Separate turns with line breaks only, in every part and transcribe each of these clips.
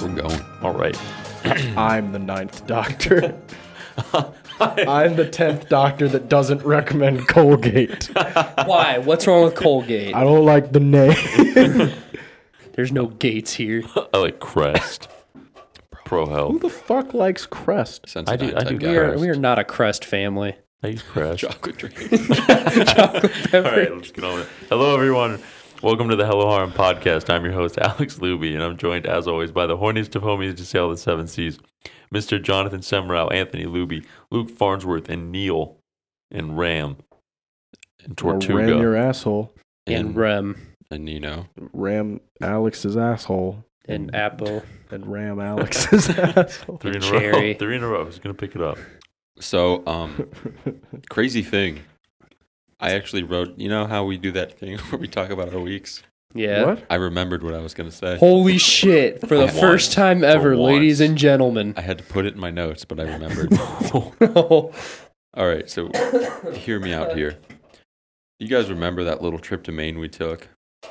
We're going.
All right.
I'm the ninth doctor. I'm the tenth doctor that doesn't recommend Colgate.
Why? What's wrong with Colgate?
I don't like the name.
There's no gates here.
I like Crest. Pro
Who
Health.
the fuck likes Crest?
Since
I do- I do
We are, we are not a crest family.
I use Crest.
chocolate drink.
All right, let's get on with it. Hello, everyone. Welcome to the Hello Harm podcast. I'm your host, Alex Luby, and I'm joined, as always, by the horniest of homies to sail the seven seas, Mr. Jonathan Semrau, Anthony Luby, Luke Farnsworth, and Neil, and Ram, and
Or Ram
Tortuga,
your asshole.
And
and,
Rem
and Nino.
Ram Alex's asshole.
and Apple.
And Ram Alex's asshole.
three in a
Cherry.
row. Three in a row. Who's going to pick it up?
So, um, crazy thing. I actually wrote, you know how we do that thing where we talk about our weeks?
Yeah.
What?
I remembered what I was going to say.
Holy shit. For the
For
first
once.
time
For
ever, ladies
once.
and gentlemen.
I had to put it in my notes, but I remembered.
Oh,
All right, so hear me out here. You guys remember that little trip to Maine we took?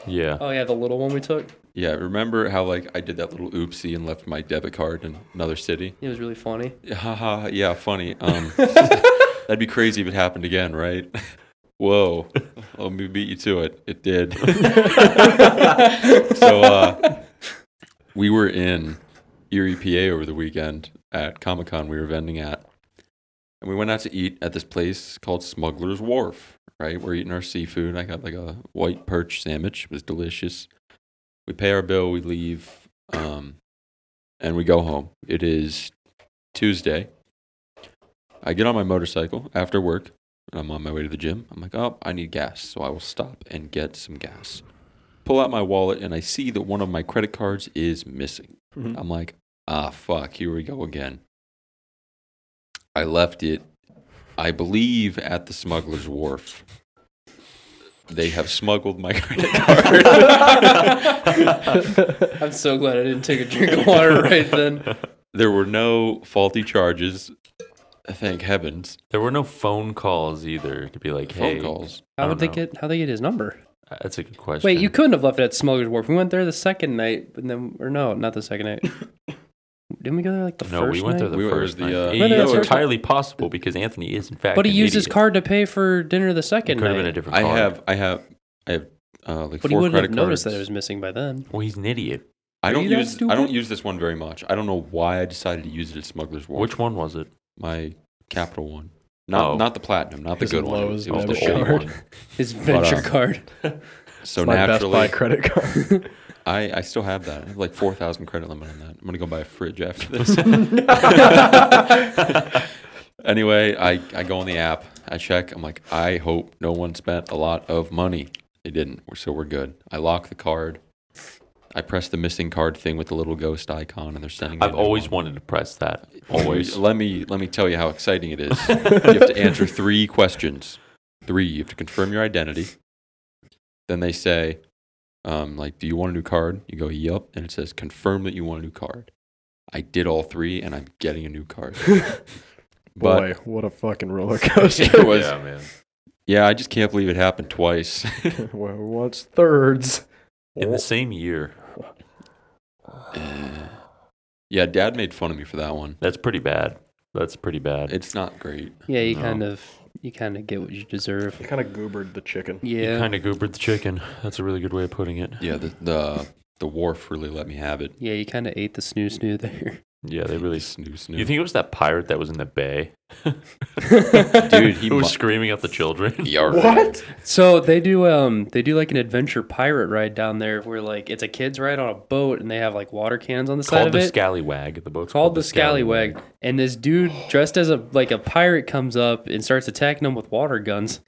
yeah.
Oh yeah, the little one we took.
Yeah, remember how like I did that little oopsie and left my debit card in another city?
It was really funny.
Haha, yeah, funny. Um, that'd be crazy if it happened again, right? Whoa, let me beat you to it. It did. so uh, we were in Erie, PA over the weekend at Comic Con. We were vending at, and we went out to eat at this place called Smuggler's Wharf. Right, we're eating our seafood. I got like a white perch sandwich. It was delicious. We pay our bill. We leave, um, and we go home. It is Tuesday. I get on my motorcycle after work and I'm on my way to the gym. I'm like, oh, I need gas. So I will stop and get some gas. Pull out my wallet and I see that one of my credit cards is missing.
Mm-hmm.
Mhm.
I'm like, ah, fuck, here we go again. I left it, I believe, at the smuggler's wharf. They have smuggled my credit card.
I'm so glad I didn't take a drink of water right then.
there were no faulty charges. Thank heavens.
There were no phone calls either to be like, hey.
Phone calls.
How
don't
would they
know.
get how they get his number?
That's a good question.
Wait, you couldn't have left it at Smuggler's Wharf. We went there the second night, and then or no, not the second night. Didn't we go there like the
No,
first
we went there
night?
the
We were
first
the,
night.
uh,
Yeah,
Whether
it's
it's first-
entirely possible because Anthony is in fact.
but he
an
used his
idiot.
card to pay for dinner the
It
second
could have
night.
been a different
I
card.
have, I have, I have, uh, like
but he
four
wouldn't
credit
have noticed
cards.
that it was missing by then.
Well, he's an idiot.
I
Are
don't
you that
use I don't
stupid?
use this one very much. I don't know why I decided to use it at Smuggler's Wharf.
Which one was it?
My capital one. Not
Oh.
not the platinum, not the
His
good one.
Lowe's
It was
debit
the old
card.
one.
His venture
uh,
card.
So
My Best Buy
naturally,
credit card.
I, I still have that. I have like four thousand credit limit on that. I'm gonna go buy a fridge after this. anyway, I, I go on the app. I check. I'm like, I hope no one spent a lot of money. They didn't, so we're good. I lock the card. I press the missing card thing with the little ghost icon, and they're sending. me a
I've
new
always
one.
wanted to press that. Always.
Let me let me tell you how exciting it is. you have to answer three questions. Three. You have to confirm your identity. Then they say, um, like, do you want a new card? You go, yup. And it says, confirm that you want a new card. I did all three, and I'm getting a new card. but
Boy, what a fucking roller coaster.
it was, yeah.
man.
I just can't believe it happened twice.
Well, What's thirds?
In the same year.
yeah, Dad made fun of me for that one.
That's pretty bad. That's pretty bad.
It's not great.
Yeah, you
No.
kind of you kind of get what you deserve.
I kind of goobered the chicken.
Yeah.
Kind of goobered the chicken. That's a really good way of putting it.
Yeah, the the, the wharf really let me have it.
yeah, you kind of ate the snoo snoo there.
Yeah, they really.
snoo snoo.
You think it was that pirate that was in the bay
dude? He
who was
mu-
screaming at the children?
Yarr.
What?
So they do um they do like an adventure pirate ride down there where like it's a kids ride on a boat and they have like water cans on the side
Called
of
the
it.
scallywag. The book's
called the scallywag, and this dude dressed as a like a pirate comes up and starts attacking them with water guns.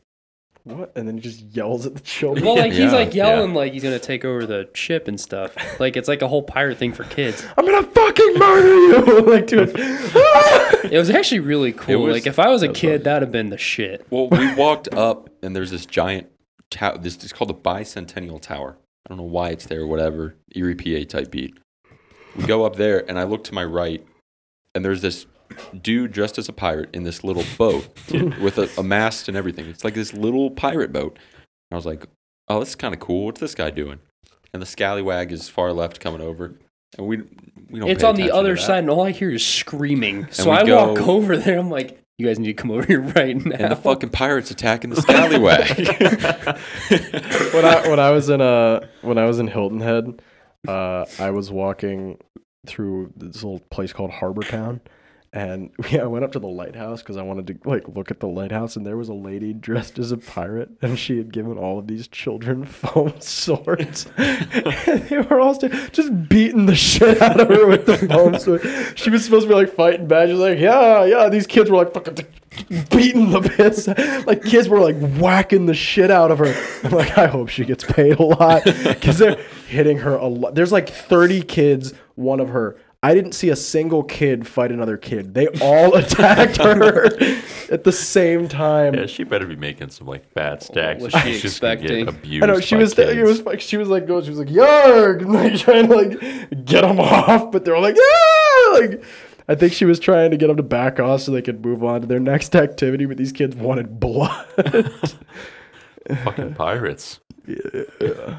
What? And then he just yells at the children.
Well, like
Yeah,
he's like
yeah.
yelling like he's gonna take over the ship and stuff. Like it's like a whole pirate thing for kids.
I'm gonna fucking murder you! like, dude. ah!
It was actually really cool.
was-
like if I was a
that was
kid,
awesome.
that'd have been the shit.
Well, we walked up, and there's this giant tower. This is called the Bicentennial Tower. I don't know why it's there, whatever. Erie, PA type beat. We go up there, and I look to my right, and there's this dude dressed as a pirate in this little boat with a, a mast and everything. It's like this little pirate boat. And I was like, oh, this is kind of cool. What's this guy doing? And the scallywag is far left coming over. And we we don't.
it's
pay
on the
attention to
other
that.
side, and all I hear is screaming. So
we
I walk
go-
over there. I'm like, "You guys need to come over here right now."
And the fucking pirates attacking the scallywag.
when I when I was in uh when I was in Hilton Head, uh, I was walking through this little place called Harbor Town, and yeah, I went up to the lighthouse because I wanted to like look at the lighthouse, and there was a lady dressed as a pirate, and she had given all of these children foam swords. and they were all st- just beating the shit out of her with the foam sword. She was supposed to be like fighting back. She was like, yeah, yeah. These kids were like fucking beating the piss. Like kids were like whacking the shit out of her. I'm like, I hope she gets paid a lot because they're hitting her a lot. There's like 30 kids, one of her. I didn't see a single kid fight another kid. They all attacked her at the same time.
Yeah, she better be making some like fat stacks.
was
or
she
she's just gonna get
expecting?
abused
I know she
by
was.
Kids.
It was like she was like going. She was like yarg, and like trying to like get them off, but they're all like yeah. Like I think she was trying to get them to back off so they could move on to their next activity. But these kids wanted blood.
fucking pirates.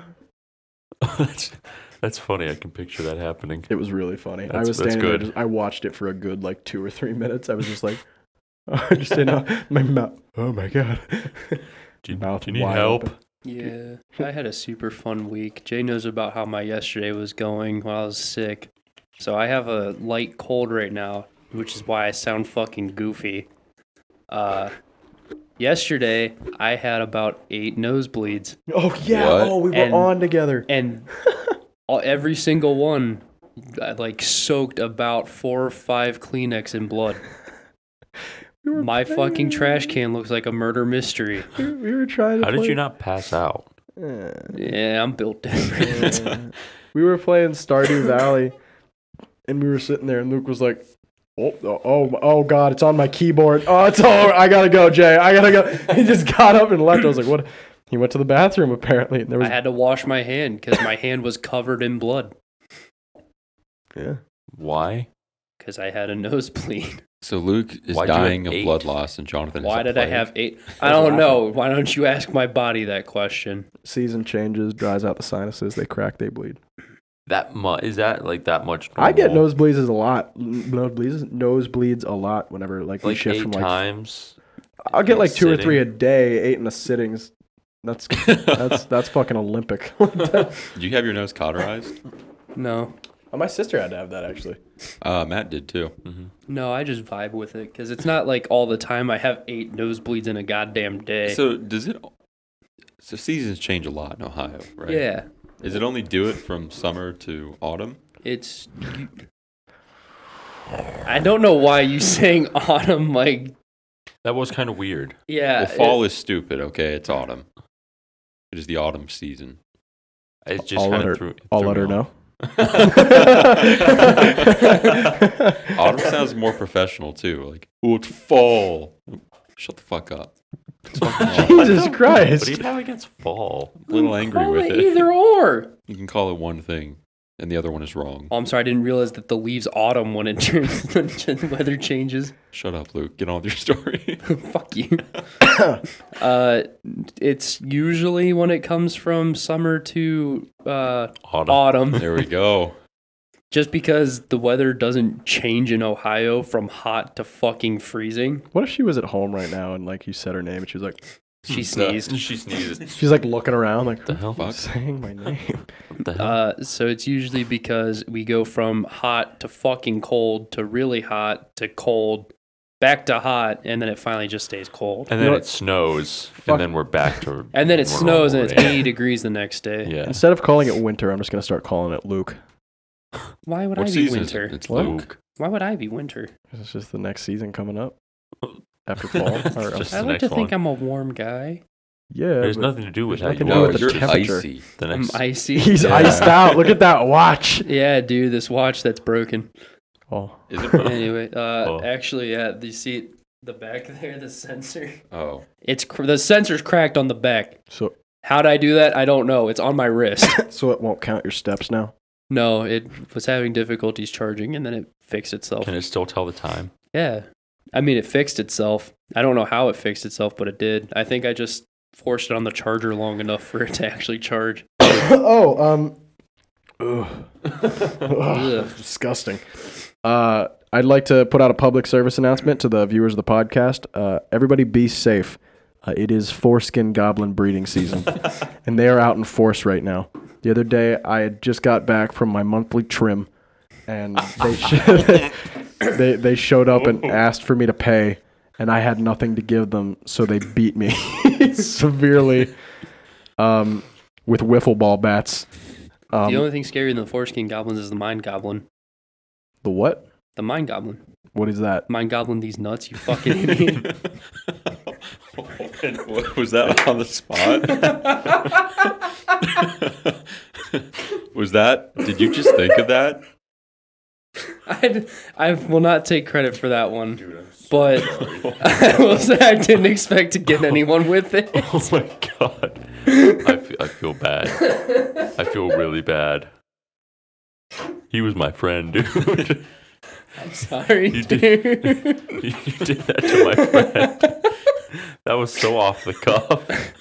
that's, that's funny. I can picture that happening.
it was really funny. I
That's-
was
that's
standing there.
good.
Just, I watched it for a good like two or three minutes. I was just like, I just didn't know my mouth. Oh my god.
Do you,
Mouth
do you need
wide
help?
open.
Yeah, I had a super fun week. Jay knows about how my yesterday was going while I was sick. So I have a light cold right now, which is why I sound fucking goofy. Uh, yesterday, I had about eight nosebleeds,
Oh yeah.
What?
Oh, we were
And-
on together.
and all, every single one, I, like, soaked about four or five Kleenex in blood.
We were
My
playing-
fucking trash can looks like a murder mystery.
We were- we were trying to.
How did
play-
you not pass out?
Eh.
Yeah, I'm built different.
Yeah. we were playing Stardew Valley, and we were sitting there, and Luke was like, "Oh, oh, oh, oh God, it's on my keyboard. Oh, it's all. I gotta go, Jay. I gotta go." He just got up and left. I was like, "What?" He went to the bathroom apparently, and there
I
was
had to wash my hand because my hand was covered in blood.
yeah.
Why?
because I had a nosebleed.
so Luke is
Why'd you have
dying of
eight?
blood loss, and Jonathan. is
Why
a
did I
plague.
have eight? I don't know. Why don't you ask my body that question?
Season changes, dries out the sinuses. They crack, they bleed.
That much is that like that much?
I get
normal?
nosebleeds a lot. Nosebleeds, nosebleeds a lot. Whenever like, we
like
shift
eight
from like,
times.
I'll get
in a
like two or three a
sitting.
day, eight in a sittings. That's that's that's fucking Olympic.
Did you have your nose cauterized?
No,
my sister had to have that actually.
Uh, Matt did too.
no, I just vibe with it because it's not like all the time I have eight nosebleeds in a goddamn day.
So does it? So seasons change a lot in Ohio, right?
Yeah,
Is it only do it from summer to autumn?
it's. I don't know why you saying autumn like
That was kind of weird.
yeah.
well, fall is stupid. Okay, it's autumn. It is the autumn season.
It's just
I'll let
kind
her.
of threw.
I'll
threw
let
me
her know.
off.
Autumn sounds more professional too. Like, oh, it's fall. Shut the fuck up. It's fucking autumn.
Jesus
What do you
Christ!
have against fall?
I'm a little angry
Call
with
it
it.
either or.
You can call it one thing, and the other one is wrong.
Oh, I'm sorry, I didn't realize that the leaves autumn when it turns the weather changes.
Shut up, Luke. Get on with your story.
Fuck you. uh, it's usually when it comes from summer to uh,
Autumn.
autumn,
there we go.
just because the weather doesn't change in Ohio from hot to fucking freezing.
What if she was at home right now and like you said her name and she was like
She sneezed.
Hmm. She sneezes.
she's like looking around like
the hell?
Fuck.
who's saying my name?
What the hell?
Uh, so it's usually because we go from hot to fucking cold to really hot to cold back to hot, and then it finally just stays cold.
and then
know
it snows,
Fuck.
and then we're back to.
And then it
normal
snows and it's
rain.
80 degrees the next day.
Yeah.
Instead of calling it winter, I'm just gonna start calling it Luke.
Why would
What
I be
season is it?
winter?
It's
What?
Luke.
Why would I be winter?
'Cause It's just the next season coming up after fall. or, um,
Just-
I
the
like to
next
think
one.
I'm a warm guy.
yeah,
There's
but
nothing to do with how
There's
you
nothing to do
are.
with the
it's just
temperature.
icy.
The
I'm
next.
icy.
he's
Yeah.
iced out. Look at that watch.
Yeah, dude, this watch that's broken.
Oh,
Is it
Anyway, uh,
Oh.
actually, yeah, do you see the back there, the sensor?
Oh,
It's cr- the sensor's cracked on the back.
so
How'd I do that? I don't know. It's on my wrist.
so it won't count your steps now.
no, it was having difficulties charging, and then it fixed itself.
Can it still tell the time?
Yeah, I mean, it fixed itself. I don't know how it fixed itself, but it did. I think I just forced it on the charger long enough for it to actually charge.
oh, um, Ugh. Ugh, disgusting. Uh, I'd like to put out a public service announcement to the viewers of the podcast. Uh, everybody be safe. Uh, it is foreskin goblin breeding season, and they are out in force right now. The other day, I had just got back from my monthly trim, and they sh- they, they showed up and asked for me to pay, and I had nothing to give them, so they beat me severely um, with wiffle ball bats. Um,
the only thing scarier than the foreskin goblins is the mind goblin.
The what?
The mind goblin.
What is that?
Mind goblin these nuts, you fucking idiot.
What, was that on the spot? was that? Did you just think of that?
I, I will not take credit for that one. but I will say I didn't expect to get anyone with it.
Oh my god. I feel, I feel bad. I feel really bad. He was my friend, dude.
Sorry,
You did.
dude.
you did that to my friend. That was so off the cuff.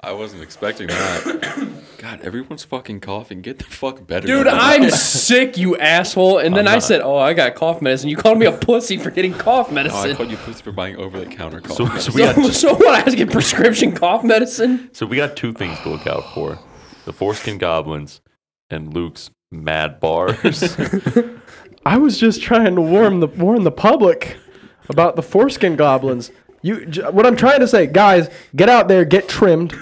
I wasn't expecting that. God, everyone's fucking coughing. Get the fuck better.
Dude,
than that.
I'm sick, you asshole. And then I
I'm not. Oh,
said, "Oh, I got cough medicine." You called me a pussy for getting cough
No, Oh, I
medicine.
called you pussy for buying over the counter cough.
So,
medicine.
so we got
so, so what? I have to get prescription cough medicine.
so we got two things to look out for: the foreskin goblins and Luke's mad bars.
I was just trying to warn the warn the public about the foreskin goblins. You, j- what I'm trying to say, guys, get out there, get trimmed.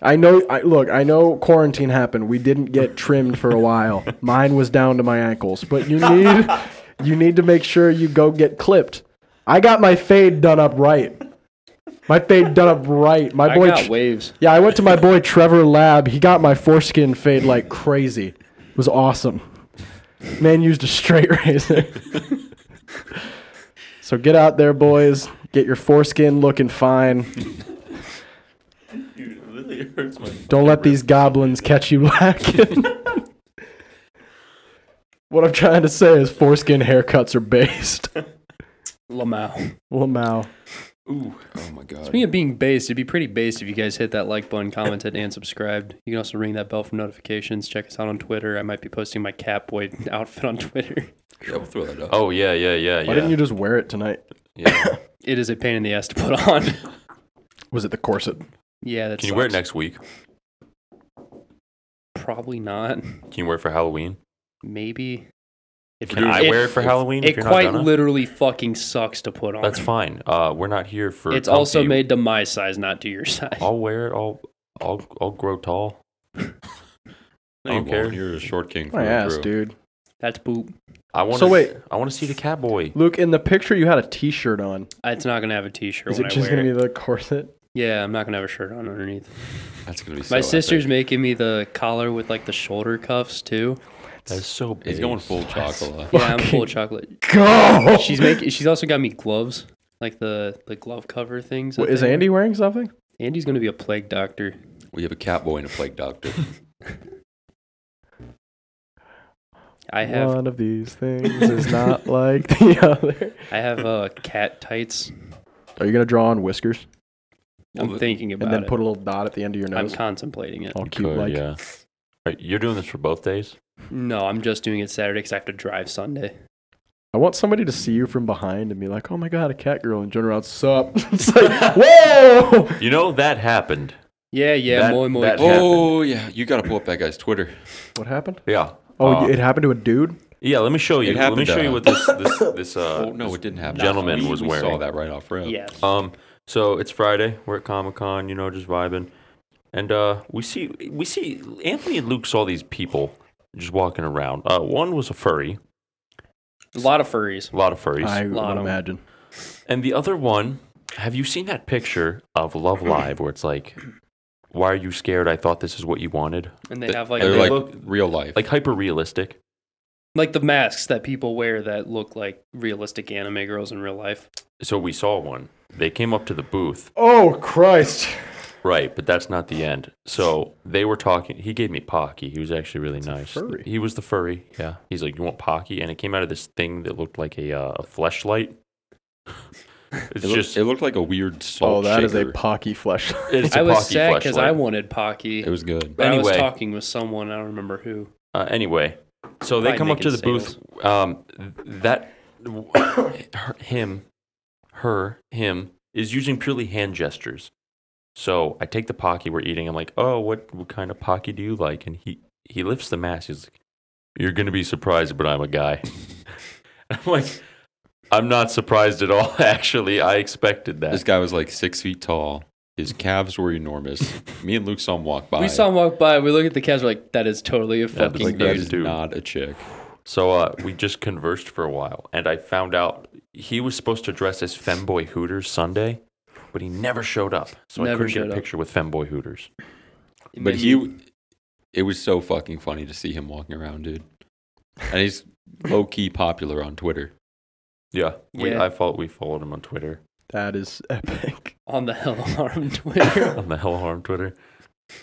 I know. I, look, I know quarantine happened. We didn't get trimmed for a while. Mine was down to my ankles, but you need you need to make sure you go get clipped. I got my fade done up right. My fade done up right. My
I
boy
got
Tr-
waves.
yeah, I went to my boy Trevor Lab. He got my foreskin fade like crazy. It was awesome. Man used a straight razor. so get out there, boys. Get your foreskin looking fine.
Dude, it really hurts my.
Don't let these goblins catch you lacking. what I'm trying to say is foreskin haircuts are based.
Lamau.
Lamau.
Ooh, oh my god.
Speaking of being based, it'd be pretty based if you guys hit that like button, commented, and subscribed. You can also ring that bell for notifications. Check us out on Twitter. I might be posting my Catboy outfit on Twitter.
Yeah, we'll throw that up.
Oh yeah, yeah, yeah,
Why
yeah.
didn't you just wear it tonight?
Yeah.
It is a pain in the ass to put on.
Was it the corset?
yeah, that's
Can you wear it next week?
Probably not.
Can you wear it for Halloween?
Maybe. If
Can
you're-
I wear it for Halloween?
It
if you're not
quite
gonna?
literally fucking sucks to put on.
That's fine. Uh, we're not here for.
It's also
comfy.
made to my size, not to your size.
I'll wear it. I'll, I'll, I'll grow tall.
I don't
Okay.
care. You're a short king.
My
through and
ass,
through.
dude.
That's poop.
I want.
So wait.
I want to see the cat boy.
Luke, in the picture you had a t-shirt on.
It's not gonna have a t-shirt
Is
when
it
I
just
wear
gonna
it.
be the corset?
Yeah, I'm not gonna have a shirt on underneath.
That's gonna be. so
My sister's
Epic.
making me the collar with like the shoulder cuffs too.
That's so big.
He's going full chocolate.
Yeah, I'm full of chocolate.
Go.
She's making. She's also got me gloves, like the the glove cover things. I
What, is
think.
Andy wearing something?
Andy's gonna be a plague doctor.
We have a cat boy and a plague doctor.
I have
One of these things is not like the other.
I have uh cat tights.
Are you gonna draw on whiskers
Well,
I'm
the-
thinking about
and then
it.
put a little dot at the end of your
I'm
nose?
contemplating it.
All
You
cute,
could,
like.
yeah. Right, you're doing this for both days.
No, I'm just doing it Saturday because I have to drive Sunday.
I want somebody to see you from behind and be like, "Oh my god, a cat girl!" and turn around, "Sup?" it's like, whoa.
You know that happened.
Yeah, yeah,
That-
moi moi.
that-
Oh,
oh yeah, you gotta pull up that guy's Twitter.
What happened?
Yeah.
Oh,
Uh,
it happened to a dude.
yeah. Let me show you.
It
Let me
happened,
show you
uh,
what this this this uh.
oh no, it didn't happen.
gentleman
We-
was
we Saw
wearing-
that right off rip.
yes.
Um, so it's Friday. We're at Comic Con, you know, just vibing, and uh, we see we see Anthony and Luke saw these people just walking around. Uh, one was a furry,
a lot of furries.
a lot of furries,
I
lot
would
of 'em.
imagine.
and the other one. Have you seen that picture of Love Live where it's like, "Why are you scared? I thought this is what you wanted."
And they
Th-
have like
they're
the,
like
like,
look-
real life.
Like hyper realistic.
the masks that people wear that look like realistic anime girls in real life.
So we saw one. They came up to the booth,
Oh Christ!
right? But that's not the end. So they were talking. He gave me Pocky. He was actually really nice.
furry.
He was the furry. Yeah. He's like, you want Pocky? And it came out of this thing that looked like a uh, a fleshlight.
it,
It's
looked,
just
it looked like a weird
Oh,
salt
that is
shaker.
a pocky flesh.
it's a
I was
Pocky
sad because I
fleshlight.
wanted Pocky.
It was good.
but I was
Anyway.
talking with someone. I don't remember who.
Uh, anyway, so they
Probably
come up to the
making
booth. Um, that her, him, her, him is using purely hand gestures. So I take the pocky we're eating. I'm like, oh, what, what kind of pocky do you like? And he he lifts the mask. He's like, you're gonna be surprised, but I'm a guy. I'm like, I'm not surprised at all. Actually, I expected that.
This guy was like six feet tall. His calves were enormous. Me and Luke saw him walk by.
We saw him walk by. We look at the calves. We're like, that is totally a
Yeah,
fucking
this
like
dude.
that
dude,
is
dude.
not a chick.
So uh, we just conversed for a while, and I found out he was supposed to dress as Femboy Hooters Sunday, but he never showed up. So I
Never
couldn't get
showed
a
up.
picture with Femboy Hooters.
It
But
made
he,
me-
it was so fucking funny to see him walking around, dude. And he's low key popular on Twitter.
Yeah, we,
Yeah.
I thought we followed him on Twitter,
That is epic.
on the hell alarm Twitter.
on the Hell Harm Twitter.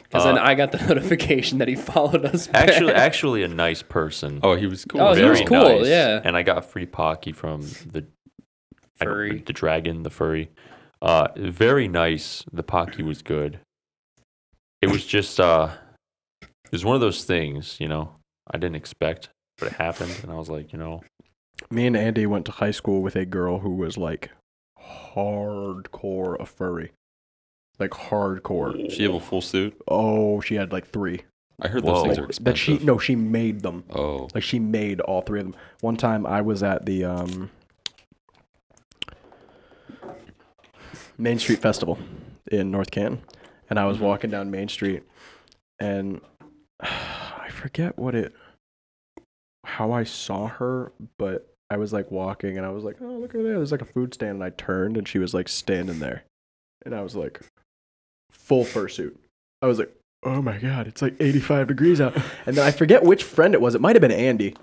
Because then
Uh,
I got the notification that he followed us. Back.
Actually, actually a nice person.
Oh, he was cool.
Oh, he
Very
was cool,
nice.
yeah.
And I got free pocky from the I don't-
Furry.
the dragon, the furry. Uh, very nice. The pocky was good. It was just uh, it was one of those things, you know, I didn't expect, but it happened, and I was like, you know,
Me and Andy went to high school with a girl who was like hardcore a furry. Like hardcore.
She have a full suit.
Oh, she had like three.
I heard
Whoa.
those things are
Like,
expensive.
That she no, she made them.
Oh,
Like she made all three of them. One time I was at the um, Main Street Festival in North Canton, and I was walking down Main Street, and I forget what it, how I saw her, but I was like walking, and I was like, oh look over there, there's like a food stand, and I turned, and she was like standing there, and I was like, full fursuit. I was like, oh my god, it's like 85 degrees out. And then I forget which friend it was. It might have been Andy.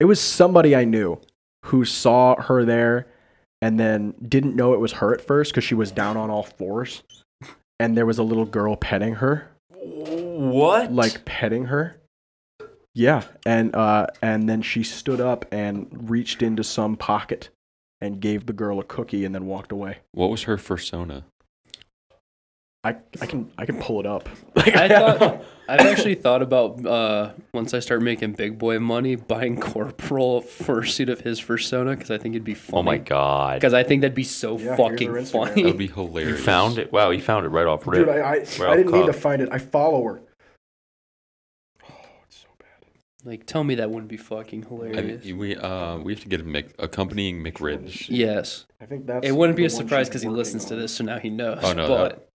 It was somebody I knew who saw her there and then didn't know it was her at first because she was down on all fours. And there was a little girl petting her,
what?
like petting her. Yeah, and uh, and then she stood up and reached into some pocket and gave the girl a cookie and then walked away.
what was her persona?
I, I can I can pull it up.
I thought I've actually thought about uh, once I start making big boy money, buying Corporal a fursuit of his persona because I think it'd be funny.
oh my god!
Because I think that'd be so
Yeah, here's her
fucking
Instagram.
That would
funny.
be hilarious.
Found it. Wow, he found it right off rip.
Dude, I, I, I
Ralph
didn't need
Cobb.
to find it. I follow her.
like, tell me that wouldn't be fucking
I mean,
hilarious.
we uh we have to get a Mc, accompanying McRibs.
yes,
I think that's.
it wouldn't be
the
a
one
surprise
she's
because he
working
listens to
on.
this, so now he knows.
Oh, no,
but
that-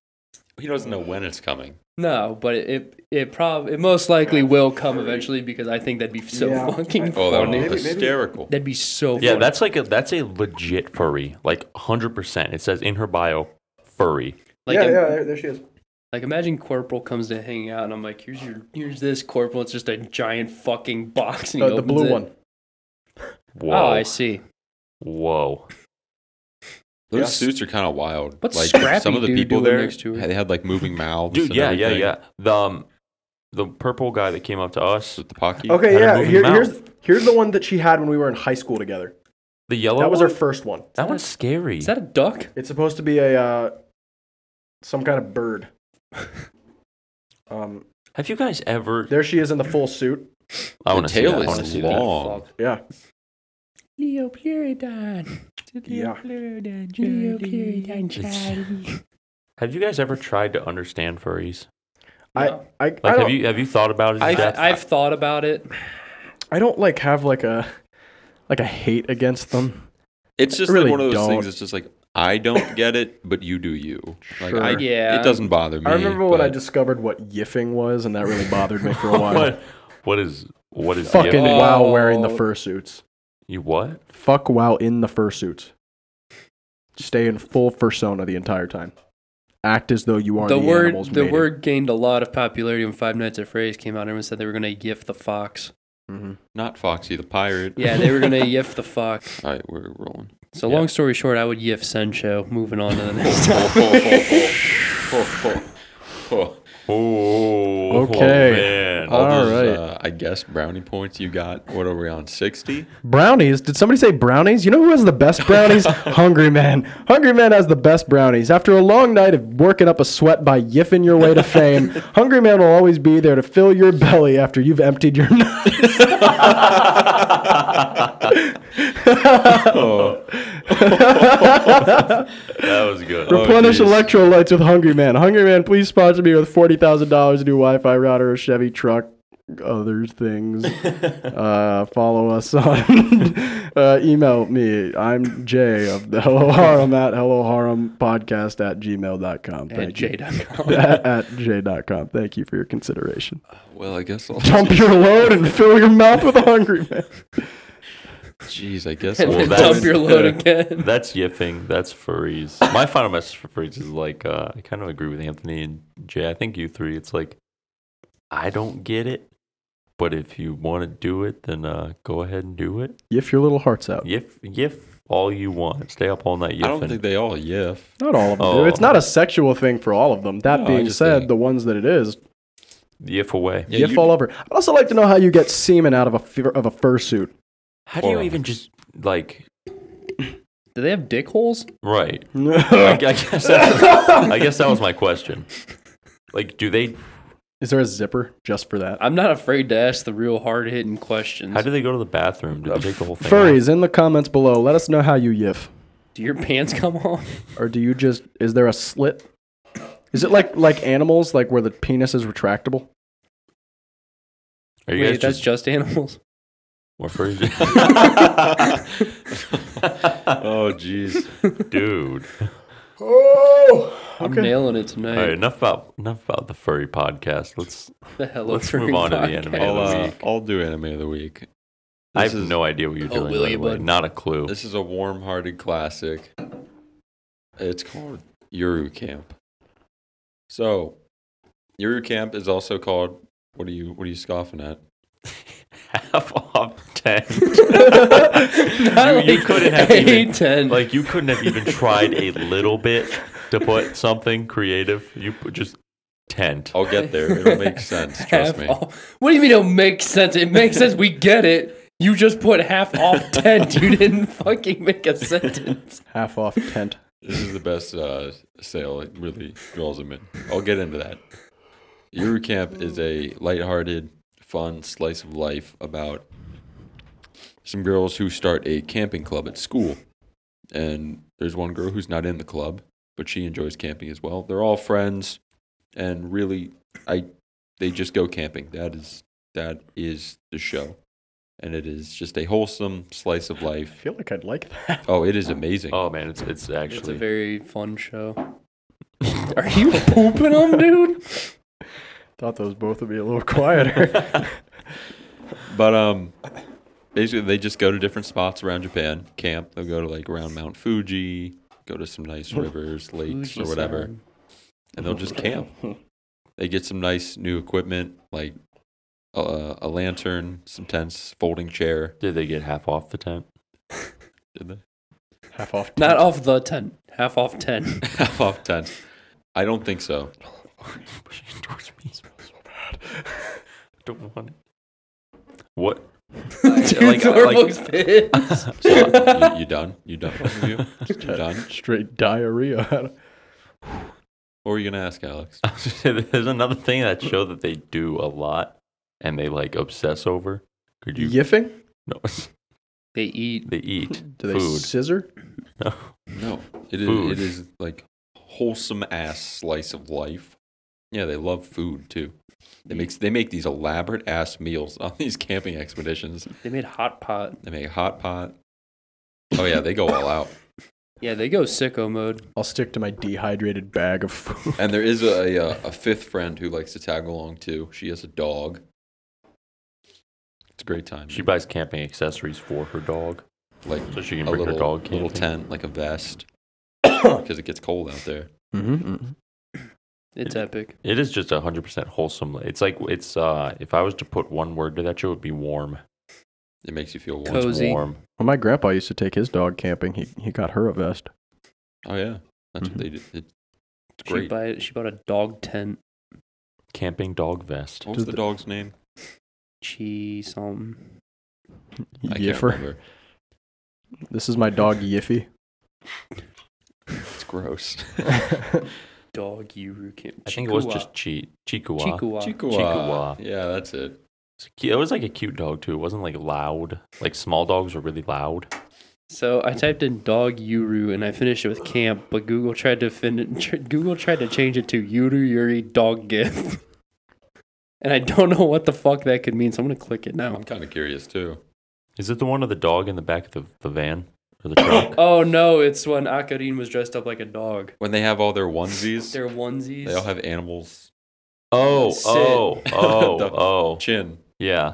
He doesn't know when it's coming.
no, but it it, it probably it most likely will come eventually because I think that'd be so
Yeah.
fucking
Oh, that would be
funny.
Maybe- maybe-
hysterical.
That'd be so
yeah,
funny.
that's like a that's a legit furry, like hundred percent. It says in her bio, furry.
like
yeah,
im-
yeah, there, there she is.
Like imagine Corporal comes to hang out, and I'm like, "Here's your, here's this Corporal. It's just a giant fucking box." And he
The, the
opens
blue
it.
one.
Whoa,
Oh, I see.
whoa.
Those
Yeah.
suits are kind of wild.
What's
like
Scrappy
some of the
dude
people
doing
there,
next to her?
they had like moving mouths.
dude
and
yeah yeah
everything.
yeah the um, the purple guy that came up to us
With the pocky.
Okay,
Had her
yeah.
moving
Here,
mouth.
here's here's the one that she had when we were in high school together.
the yellow
That was her
one?
first one.
that one's scary
Is that a duck?
It's supposed to be a uh, some kind of bird. Um,
have you guys ever
there she is in the full suit.
i
The
want to see
tail
that. I
is
wanna see that.
long.
Fuck.
Yeah,
Leopleurodon.
Yeah.
Leopleurodon Charlie.
have you guys ever tried to understand furries
I,
No.
I, I
like have
don't,
you have you thought about it in
I've,
depth?
I've thought about it.
I don't like have like a, like a hate against them.
It's just
really
like one of those
don't.
things. It's just like I don't get it, but you do you. Like I,
Sure.
Yeah.
it doesn't bother me.
I remember when I
but
discovered what yiffing was, and that really bothered me for a while.
what what is what is
Fucking
the,
Oh.
wow, wearing the fursuits.
you what
fuck while in the fursuit. Stay in full fursona the entire time. Act as though you are
The
the,
word
animals.
the
mating.
word gained a lot of popularity when Five Nights at Freddy's came out. Everyone said they were gonna yiff the fox.
Mhm.
not Foxy the pirate.
Yeah, they were gonna yiff the fox.
All right, we're rolling.
So
Yeah.
long story short, I would yiff Sencho. Moving on to the next.
Oh,
oh
Okay.
man
All
Oh,
all those,
right.
uh, uh, I guess brownie points you got. What are we on? Sixty.
Brownies? Did somebody say brownies? You know who has the best brownies? Hungry Man. Hungry Man has the best brownies. After a long night of working up a sweat by yiffing your way to fame, Hungry Man will always be there to fill your belly after you've emptied your.
That was good.
Replenish
geez.
electrolytes with Hungry Man. Hungry Man, please sponsor me with forty thousand dollars new Wi-Fi router, a Chevy truck, other things. uh, follow us on. uh, email me. I'm Jay of the Hello Harem at Hello Harem Podcast at gmail.com.
At
Thank you.
J.com.
at, at j.com. Thank you for your consideration.
Well, I guess I'll.
Dump your load and fill your mouth with Hungry Man.
Jeez, I guess.
And
I'll-
then
that's-
dump your load again.
Oh, That's yiffing. That's furries. My final message for furries is like uh, I kind of agree with Anthony and Jay. I think you three. It's like I don't get it, but if you want to do it, then uh, go ahead and do it.
Yiff your little hearts out.
Yiff, yiff all you want. Stay up all night yiffing.
I don't think they all yiff.
Not all of them.
Oh.
do. It's not a sexual thing for all of them. That
No, I
being
just
said,
think-
the ones that it is,
yiff away.
Yeah,
you
you-
fall over. I'd also like to know how you get semen out of a fur- of a fursuit.
How do you
Or-
even just like
Do they have dick holes?
right? I, I guess that's, I guess that was my question. Like, do they?
Is there a zipper just for that?
I'm not afraid to ask the real hard hitting questions.
How do they go to the bathroom? Do they take the whole thing? off?
Furries in the comments below. Let us know how you yiff,
do your pants come off?
or do you just? Is there a slit? Is it like like animals, like where the penis is retractable?
Are you
Wait,
guys
that's
just
just animals.
more furries?
Oh, jeez.
dude.
Oh,
I'm nailing it tonight.
All right, enough about enough about the furry podcast. Let's.
The hello
Let's
furry
move on to the
podcast.
anime.
I'll,
of the
uh,
week.
I'll do anime of the week. This
I have
is,
no idea what you're
Oh,
doing.
will
by
you,
the way.
bud?
Not a clue.
This is a warm-hearted classic. It's called Yuru Camp. So, Yuru Camp is also called. What are you? What are you scoffing at?
Half off ten.
Not
uh, You- you
like
couldn't have
eight,
even-
ten.
like you couldn't have even tried a little bit to put something creative. You put just tent.
I'll get there. It'll make sense. Trust
half
me.
off. What do you mean it makes sense? It makes sense. We get it. You just put half off tent. You didn't fucking make a sentence.
half off tent.
This is the best uh, sale. It really draws them in. I'll get into that. Yuru Camp is a lighthearted, fun slice of life about some girls who start a camping club at school. And there's one girl who's not in the club, but she enjoys camping as well. They're all friends, and really, I they just go camping. That is that is the show, and it is just a wholesome slice of
I
life.
feel like I'd like that.
Oh, it is amazing.
Oh man, it's it's
It's a
actually
very fun show. Are you pooping them, dude?
Thought those both would be a little quieter.
But um, basically, they just go to different spots around Japan. Camp. They'll go to like around Mount Fuji. Go to some nice rivers, lakes, or whatever,
Fuji-san.
and they'll just camp. They get some nice new equipment, like uh, a lantern, some tents, folding chair.
Did they get half off the tent?
Did they?
half off. Tent.
Not off the tent. Half off ten.
Half off tents. I don't think so.
Pushing towards me. so bad. Don't want it. What?
Dude,
Like-
Thor
like-
looks pissed.
you, you done? You done? Both of you? You done?
Straight diarrhea.
What were you gonna ask, Alex?
I was gonna say, There's another thing in that show that they do a lot, and they like obsess over. Could you?
Yiffing?
No,
They eat.
they eat
Do they
food.
scissor?
No.
No, it is.
Food.
It is like wholesome ass slice of life. Yeah, they love food too. They makes they make these elaborate ass meals on these camping expeditions.
They made hot pot.
They make hot pot. Oh yeah, they go all out.
Yeah, they go sicko mode.
I'll stick to my dehydrated bag of food.
And there is a uh, a, a fifth friend who likes to tag along too. She has a dog. It's a great time.
She buys camping accessories for her dog,
like
so she can
a
bring
little
her dog camping.
little tent, like a vest, because it gets cold out there.
Mm-hmm.
It's epic.
It is just hundred percent wholesome. It's like it's uh, if I was to put one word to that show, it would be warm.
It makes you feel warm.
It's
Cozy.
warm.
Well, my grandpa used to take his dog camping. He he got her a vest.
Oh yeah, that's
Mm-hmm.
what
Mhm.
they do. It, it's
She,
great.
buy, she bought a dog tent.
Camping dog vest.
What was
Does
the
the-
dog's name?
cheese something.
I can't
Yiffer.
remember.
This is my dog Yiffy.
It's gross.
Dog Yurukin.
I think it was just Chi Chikuwa.
Chikuwa.
Chihuahua.
Chihuahua.
Yeah, that's it.
It's cute- It was like a cute dog too. It wasn't like loud. Like small dogs were really loud.
So I typed in dog Yuru and I finished it with camp, but Google tried to fin- tr- Google tried to change it to Yuru Yuri dog gif. And I don't know what the fuck that could mean, so I'm gonna click it now.
I'm kind of curious too.
Is it the one of the dog in the back of the, the van or the truck?
Oh no, it's when Akarin was dressed up like a dog.
When they have all their onesies,
Their onesies.
they all have animals.
oh,
Sit.
oh, oh,
The-
oh.
Chin.
Yeah.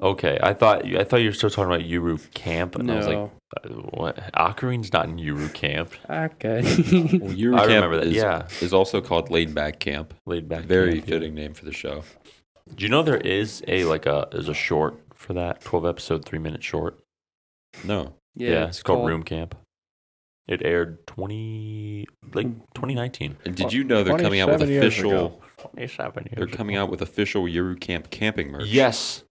Okay, I thought I thought you were still talking about Yuru Camp, and I was like,
no.
uh, "What? Akarine's not in Yuru Camp."
Akarin.
Well, Yuri
I
Camp
remember that.
is-
yeah,
is also called Laid Back Camp.
laid back.
Very
camp, yeah.
fitting name for the show.
Do you know there is a like a there's a short for that twelve episode three minute short?
No.
Yeah, it's, called, Room Camp. It aired twenty like twenty nineteen.
And did you know they're coming out with
27 years
official?
ago.
Twenty seven years.
They're coming out with official Yuru Camp camping merch.
Yes,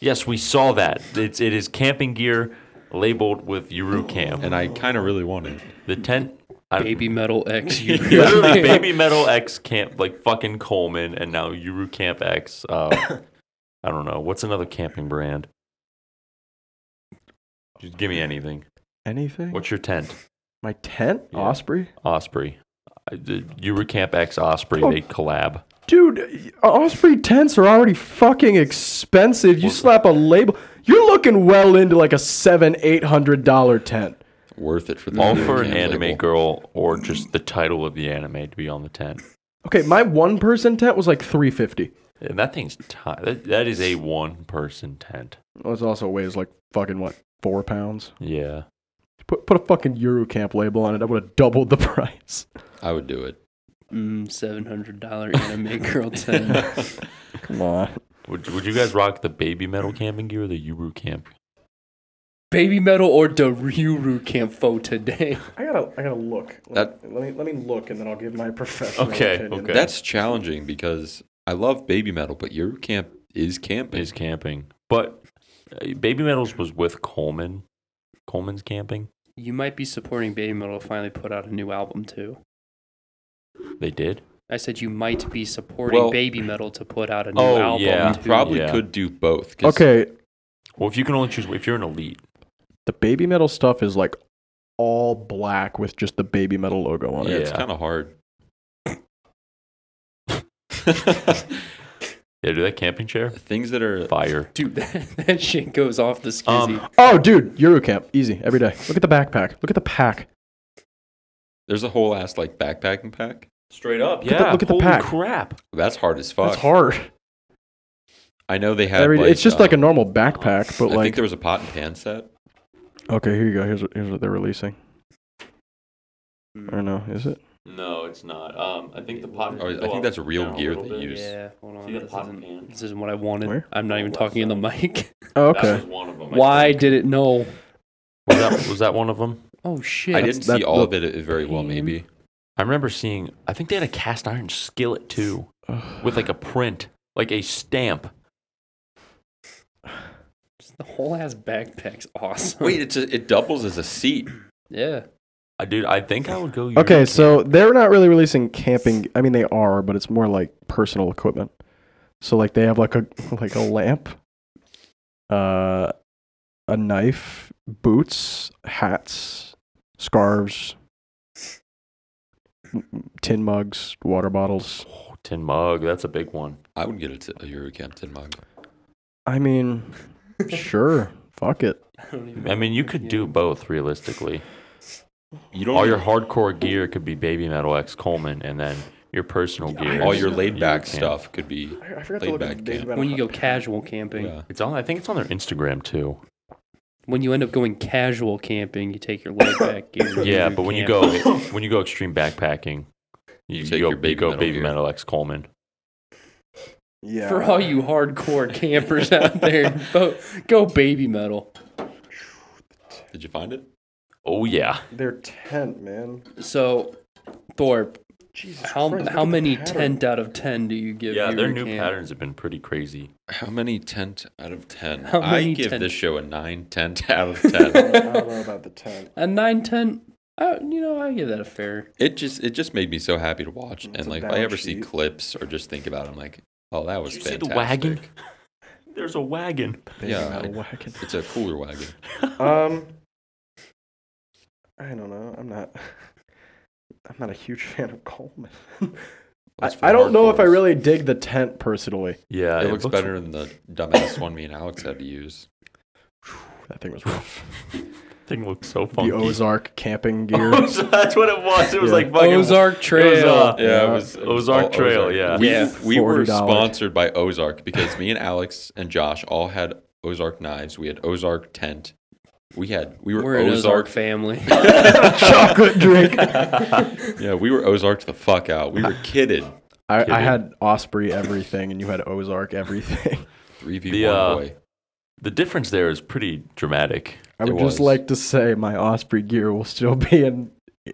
yes, we saw that. It's it is camping gear labeled with Yuru Camp.
And I kind of really want it.
the tent. I don't-
Baby Metal X Yuru.
Literally, Baby Metal X Camp, like fucking Coleman, and now Yuru Camp X. Uh, I don't know. What's another camping brand? Just give me anything.
Anything?
What's your tent?
my tent?
Yeah.
Osprey?
Osprey. I- the Yuru Camp X Osprey. They collab.
Dude, Osprey tents are already fucking expensive. You slap a label, you're looking well into like a seven, eight hundred dollar tent.
Worth it for the
All
Yuru
for an
Camp
anime
label.
girl, or just the title of the anime to be on the tent.
Okay, my one person tent was like three fifty.
And that thing's tight. That, that is a one person tent.
Well, it also weighs like fucking what four pounds.
Yeah.
Put put a fucking Eurocamp label on it. I would have doubled the price.
I would do it.
Mm, seven hundred dollar anime girl ten.
Come on.
Would, would you guys rock the baby metal camping gear or the Yuru Camp?
Baby Metal or Daruru Camp Fo today.
I gotta I gotta look.
That-
let me let me look and then I'll give my professional
Okay, opinion. okay.
That's challenging because I love baby metal, but Yuru Camp is camping.
is camping. But uh, Baby Metals was with Coleman. Coleman's camping.
You might be supporting Baby Metal to finally put out a new album too.
They did.
I said you might be supporting
Well-
Baby Metal to put out a new
Oh,
album
yeah.
too.
Probably
Yeah.
could do both. 'cause
Okay,
Well, if you can only choose, if you're an elite,
the baby metal stuff is like all black with just the baby metal logo on
Yeah,
it.
it's
Yeah.
kind of hard.
yeah, do that camping chair.
Things that are
Fire.
Dude, that, that shit goes off the skizzy.
Um,
Oh, dude, Eurocamp, easy every day. Look at the backpack. Look at the pack.
there's a whole ass like backpacking pack.
Straight up.
at the- look at the
Holy
pack.
crap.
That's hard as fuck.
That's hard.
I know they had.
Every,
like,
it's just like a
um,
normal backpack, but
I
like
think there was a pot and pan set.
okay, here you go. Here's what, here's what they're releasing.
Hmm.
I don't know. Is it?
No, it's not. Um, I think the pot.
Or I think that's real gear they use.
yeah, hold on.
See that
This
pot
isn't,
can?
this isn't what I wanted.
Where?
I'm not even talking in the mic.
Oh, okay.
one of them.
Why did it know?
Was that, was that one of them?
Oh shit.
I didn't
that-
see all
look-
of it very well. Maybe
I remember seeing. I think they had a cast iron skillet too,
Ugh.
with like a print, like a stamp.
The whole ass backpack's awesome.
wait, it's a, it doubles as a seat.
Yeah.
I dude, I think I would go.
Okay,
Eurocamp.
so they're not really releasing camping. I mean, they are, but it's more like personal equipment. So like they have like a like a lamp, uh, a knife, boots, hats, scarves, m- tin mugs, water bottles.
tin mug. That's a big one.
I would get a, t- a Eurocamp tin mug.
I mean, sure, fuck it.
I, don't even
I mean, you could
Yeah.
do both realistically.
You don't
All your hardcore gear could be Baby Metal X Coleman, and then your personal gear,
all your laid
you
back
can.
stuff could be.
I, I forgot
Laid back camp.
when you go casual camping,
Yeah.
It's on. I think it's on their Instagram too.
when you end up going casual camping, you take your leg back gear.
Yeah,
do
but when you
camp.
go when you go extreme backpacking, you,
You
you
take
go
your Baby
you go
Metal
Baby
gear.
Metal X Coleman.
yeah,
for all you hardcore campers out there, go, go baby metal.
Did you find it?
Oh yeah,
their tent, man.
So, Thorpe,
Jesus
How
Christ, look
how
at the
many
pattern.
tent out of ten do you give?
Yeah, their
Yuri
new
Camp?
patterns have been pretty crazy.
How many tent out of ten?
How
I
many
give
tent-
this show a nine tent out of ten.
I don't know about the tent.
A nine tent. Uh, you know, I give that a fair.
it just it just made me so happy to watch.
It's
and
a
like if I
balance
ever see
sheet.
clips or just think about it, I'm like, oh that was
Did you see
fantastic.
the wagon? There's a wagon.
Big
Yeah,
metal
I-
wagon.
It's a cooler wagon.
Um, I don't know. I'm not. I'm not a huge fan of Coleman. I,
That's for
I don't know if I
hardcores.
really dig the tent personally.
Yeah,
It looks better than the dumbass one me and Alex had to use.
That thing was rough.
Thing looks so funky.
the Ozark camping gear.
Ozark- That's what it was. It was
Yeah.
like fucking
Ozark
It was,
Trail.
uh,
Yeah,
Yeah.
it was it was
Ozark
all
Trail, yeah.
we,
Yeah.
we were
$40.
sponsored by Ozark because me and Alex and Josh all had Ozark knives. We had Ozark tent. We had we were,
We're an Ozark
Ozark.
family.
Chocolate drink. I,
yeah, we were Ozark the fuck out. We were kidded.
I
Kidding.
had Osprey everything, and you had Ozark everything.
Three v
The,
one
uh,
boy.
The difference there is pretty dramatic.
I
It
would just
was.
like to say my Osprey gear will still be in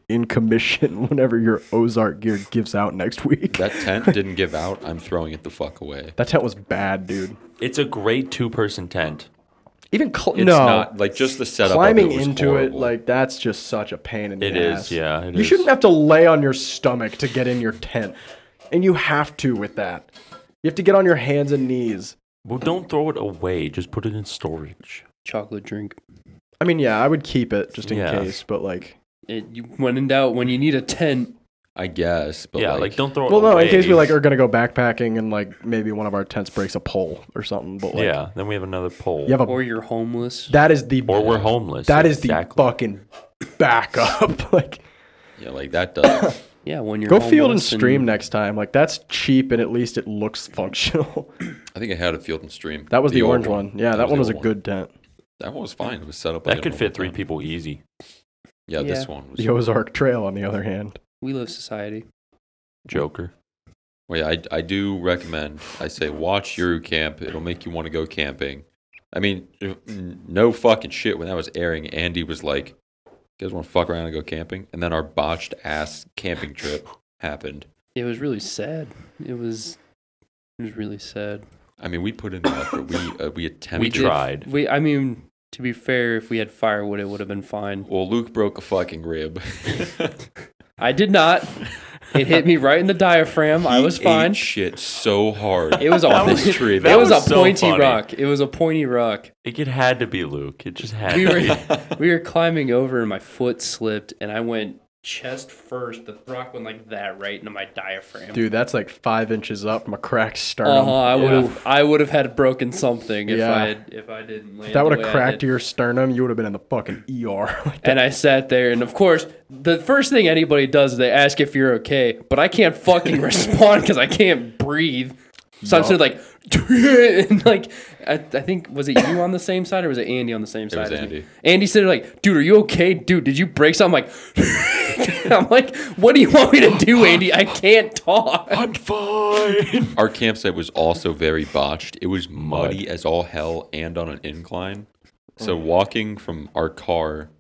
in commission whenever your Ozark gear gives out next week.
That tent didn't give out. I'm throwing it the fuck away.
That tent was bad, dude.
It's a great two-person tent.
Even cl-
It's
no,
not like just the setup.
climbing
of it was
into it
horrible.
like that's just such a pain in the
It
ass.
is, yeah, it
you
is.
shouldn't have to lay on your stomach to get in your tent, and you have to with that. You have to get on your hands and knees.
Well, don't throw it away. Just put it in storage.
Chocolate drink.
I mean, yeah, I would keep it just in
Yeah.
case, but like,
It, you, when in doubt, when you need a tent,
I guess, but
yeah, like,
like,
don't throw it
well,
away.
no, in case we like are gonna go backpacking and like maybe one of our tents breaks a pole or something. But like,
yeah, then we have another pole.
you have a
or you're homeless.
that is the
or we're homeless.
that is
exactly.
the fucking backup. like,
yeah, like that does.
Yeah, when you're
go field and
homeless
stream next time. Like that's cheap and at least it looks functional.
I think I had a field and stream.
that was the,
old
orange one. Yeah, that,
the
one was a
old
good tent.
That one was fine. It was set up. like
That
a
could
normal
fit three
tent.
people easy.
Yeah,
Yeah.
this one was
The Ozark Trail, on the other hand,
We live society.
Joker.
Well, yeah, I, I do recommend. I say watch Yuru Camp. It'll make you want to go camping. I mean, if- n- no fucking shit. When that was airing, Andy was like, "You guys want to fuck around and go camping?" And then our botched ass camping trip happened.
It was really sad. It was. It was really sad.
I mean, we put in the effort. We uh, we attempted.
We
did-
tried.
We, I mean, to be fair, if we had firewood, it would have been fine.
Well, Luke broke a fucking rib.
I did not. It hit me right in the diaphragm. I
He
was
ate
fine.
shit so hard.
It was a
on this tree.
It
That
was,
was
a
so
pointy
funny.
rock. It was a pointy rock.
It, it had to be Luke. It just had
We
to
were
be.
we were climbing over and my foot slipped and I went chest first. The rock went like that right into my diaphragm.
dude, that's like five inches up from a cracked sternum.
Uh-huh, I would have I would have had broken something if
Yeah.
I had, if I didn't land.
If that
the
would
way
have
I
cracked
did.
your sternum, you would have been in the fucking ER. Like,
And I sat there, and of course, the first thing anybody does is they ask if you're okay, but I can't fucking respond because I can't breathe. So I'm sort of like, and like, I, I think, was it you on the same side or was it Andy on the same side?
was
as me?
Andy.
Andy said, like, dude, are you okay? Dude, did you break something? I'm like, I'm like, what do you want me to do, Andy? I can't talk. Uh,
I'm fine.
Our campsite was also very botched. It was muddy as all hell and on an incline. So
Mm.
walking from our car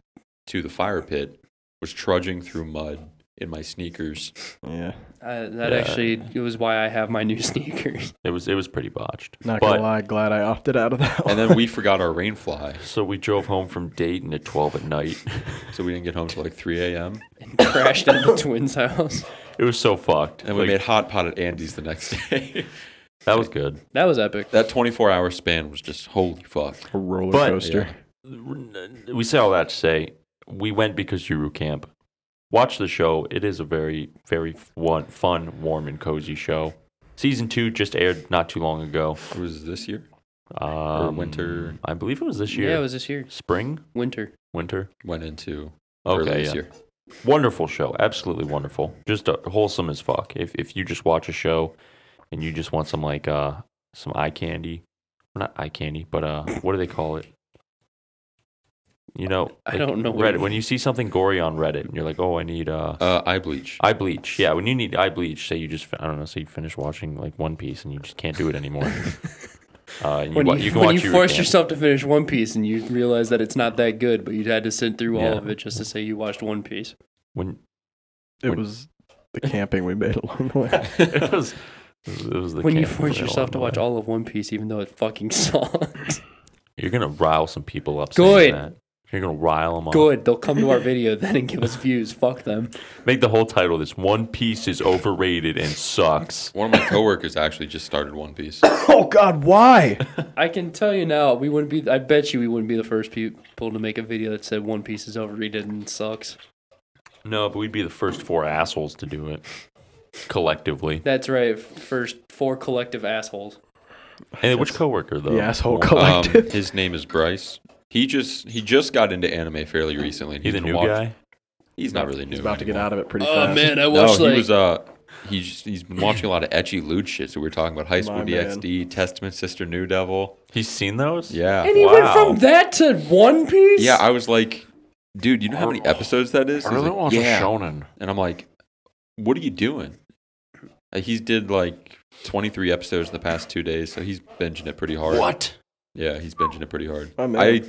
to the fire pit was trudging through mud in my sneakers.
yeah,
Uh, that
Yeah.
actually it was why I have my new sneakers.
It was it was pretty botched.
not
but
gonna lie, glad I opted out of that. One.
And then we forgot our rain fly.
so we drove home from Dayton at twelve at night.
So we didn't get home till like 3 a.m.
And crashed into the twins' house.
It was so fucked.
And we
Like,
made hot pot at Andy's the next day.
that was good.
That was epic.
that 24 hour span was just holy fuck.
a roller
But-
coaster.
Yeah.
We say all that to say we went because Yuru Camp. Watch the show. It is a very very fun, fun, warm and cozy show. Season two just aired not too long ago.
It was this year?
Um,
winter.
I believe it was this year.
Yeah, it was this year.
spring,
Winter.
winter.
Went into early
Okay,
this
yeah.
year.
wonderful show absolutely wonderful just uh, wholesome as fuck if, if you just watch a show and you just want some like uh some eye candy not eye candy but uh what do they call it you know
I
like
don't know what
reddit
you-
when you see something gory on reddit and you're like oh i need uh
Uh, eye bleach.
eye bleach yeah when you need eye bleach say you just i don't know say you finish watching like one piece and you just can't do it anymore uh and you,
when
wa-
you,
you can
when
watch
you
Yuri
force
Camp.
yourself to finish One Piece and you realize that it's not that good, but you had to sit through
Yeah.
all of it just to say you watched One Piece.
when
It
When-
was the camping we made along the way.
it was. It was the
when you
camp
force
right
yourself
along
to
the
watch
way.
all of One Piece, even though it fucking sucks.
you're gonna rile some people up.
Good.
saying that. You're gonna rile them up.
Good, they'll come to our video then and give us views. Fuck them.
Make the whole title this. One Piece is overrated and sucks.
One of my coworkers actually just started One Piece.
Oh God, why?
I can tell you now, we wouldn't be. I bet you we wouldn't be the first people to make a video that said One Piece is overrated and sucks.
No, but we'd be the first four assholes to do it collectively.
That's right. First four collective assholes.
And which coworker though?
The asshole
One-
Um,
collective.
his name is Bryce. He just he just got into anime fairly recently. and
He's a
he's been
new
watch-
guy.
He's not really new.
He's about to get
anymore.
out of it pretty
Oh
fast.
man, I
No,
watched
he
like
was uh he just, he's been watching a lot of etchy lewd shit. So we were talking about High School
My
DxD, Testament Sister, New Devil.
He's seen those.
Yeah,
And he went
Wow.
from that to One Piece?
yeah. I was like, dude, you know how many episodes that is? He's
Early
like,
ones are
yeah.
shonen.
And I'm like, what are you doing? Uh, He's did like 23 episodes in the past two days, so he's binging it pretty hard.
What?
Yeah, he's binging it pretty hard.
I'm in.
I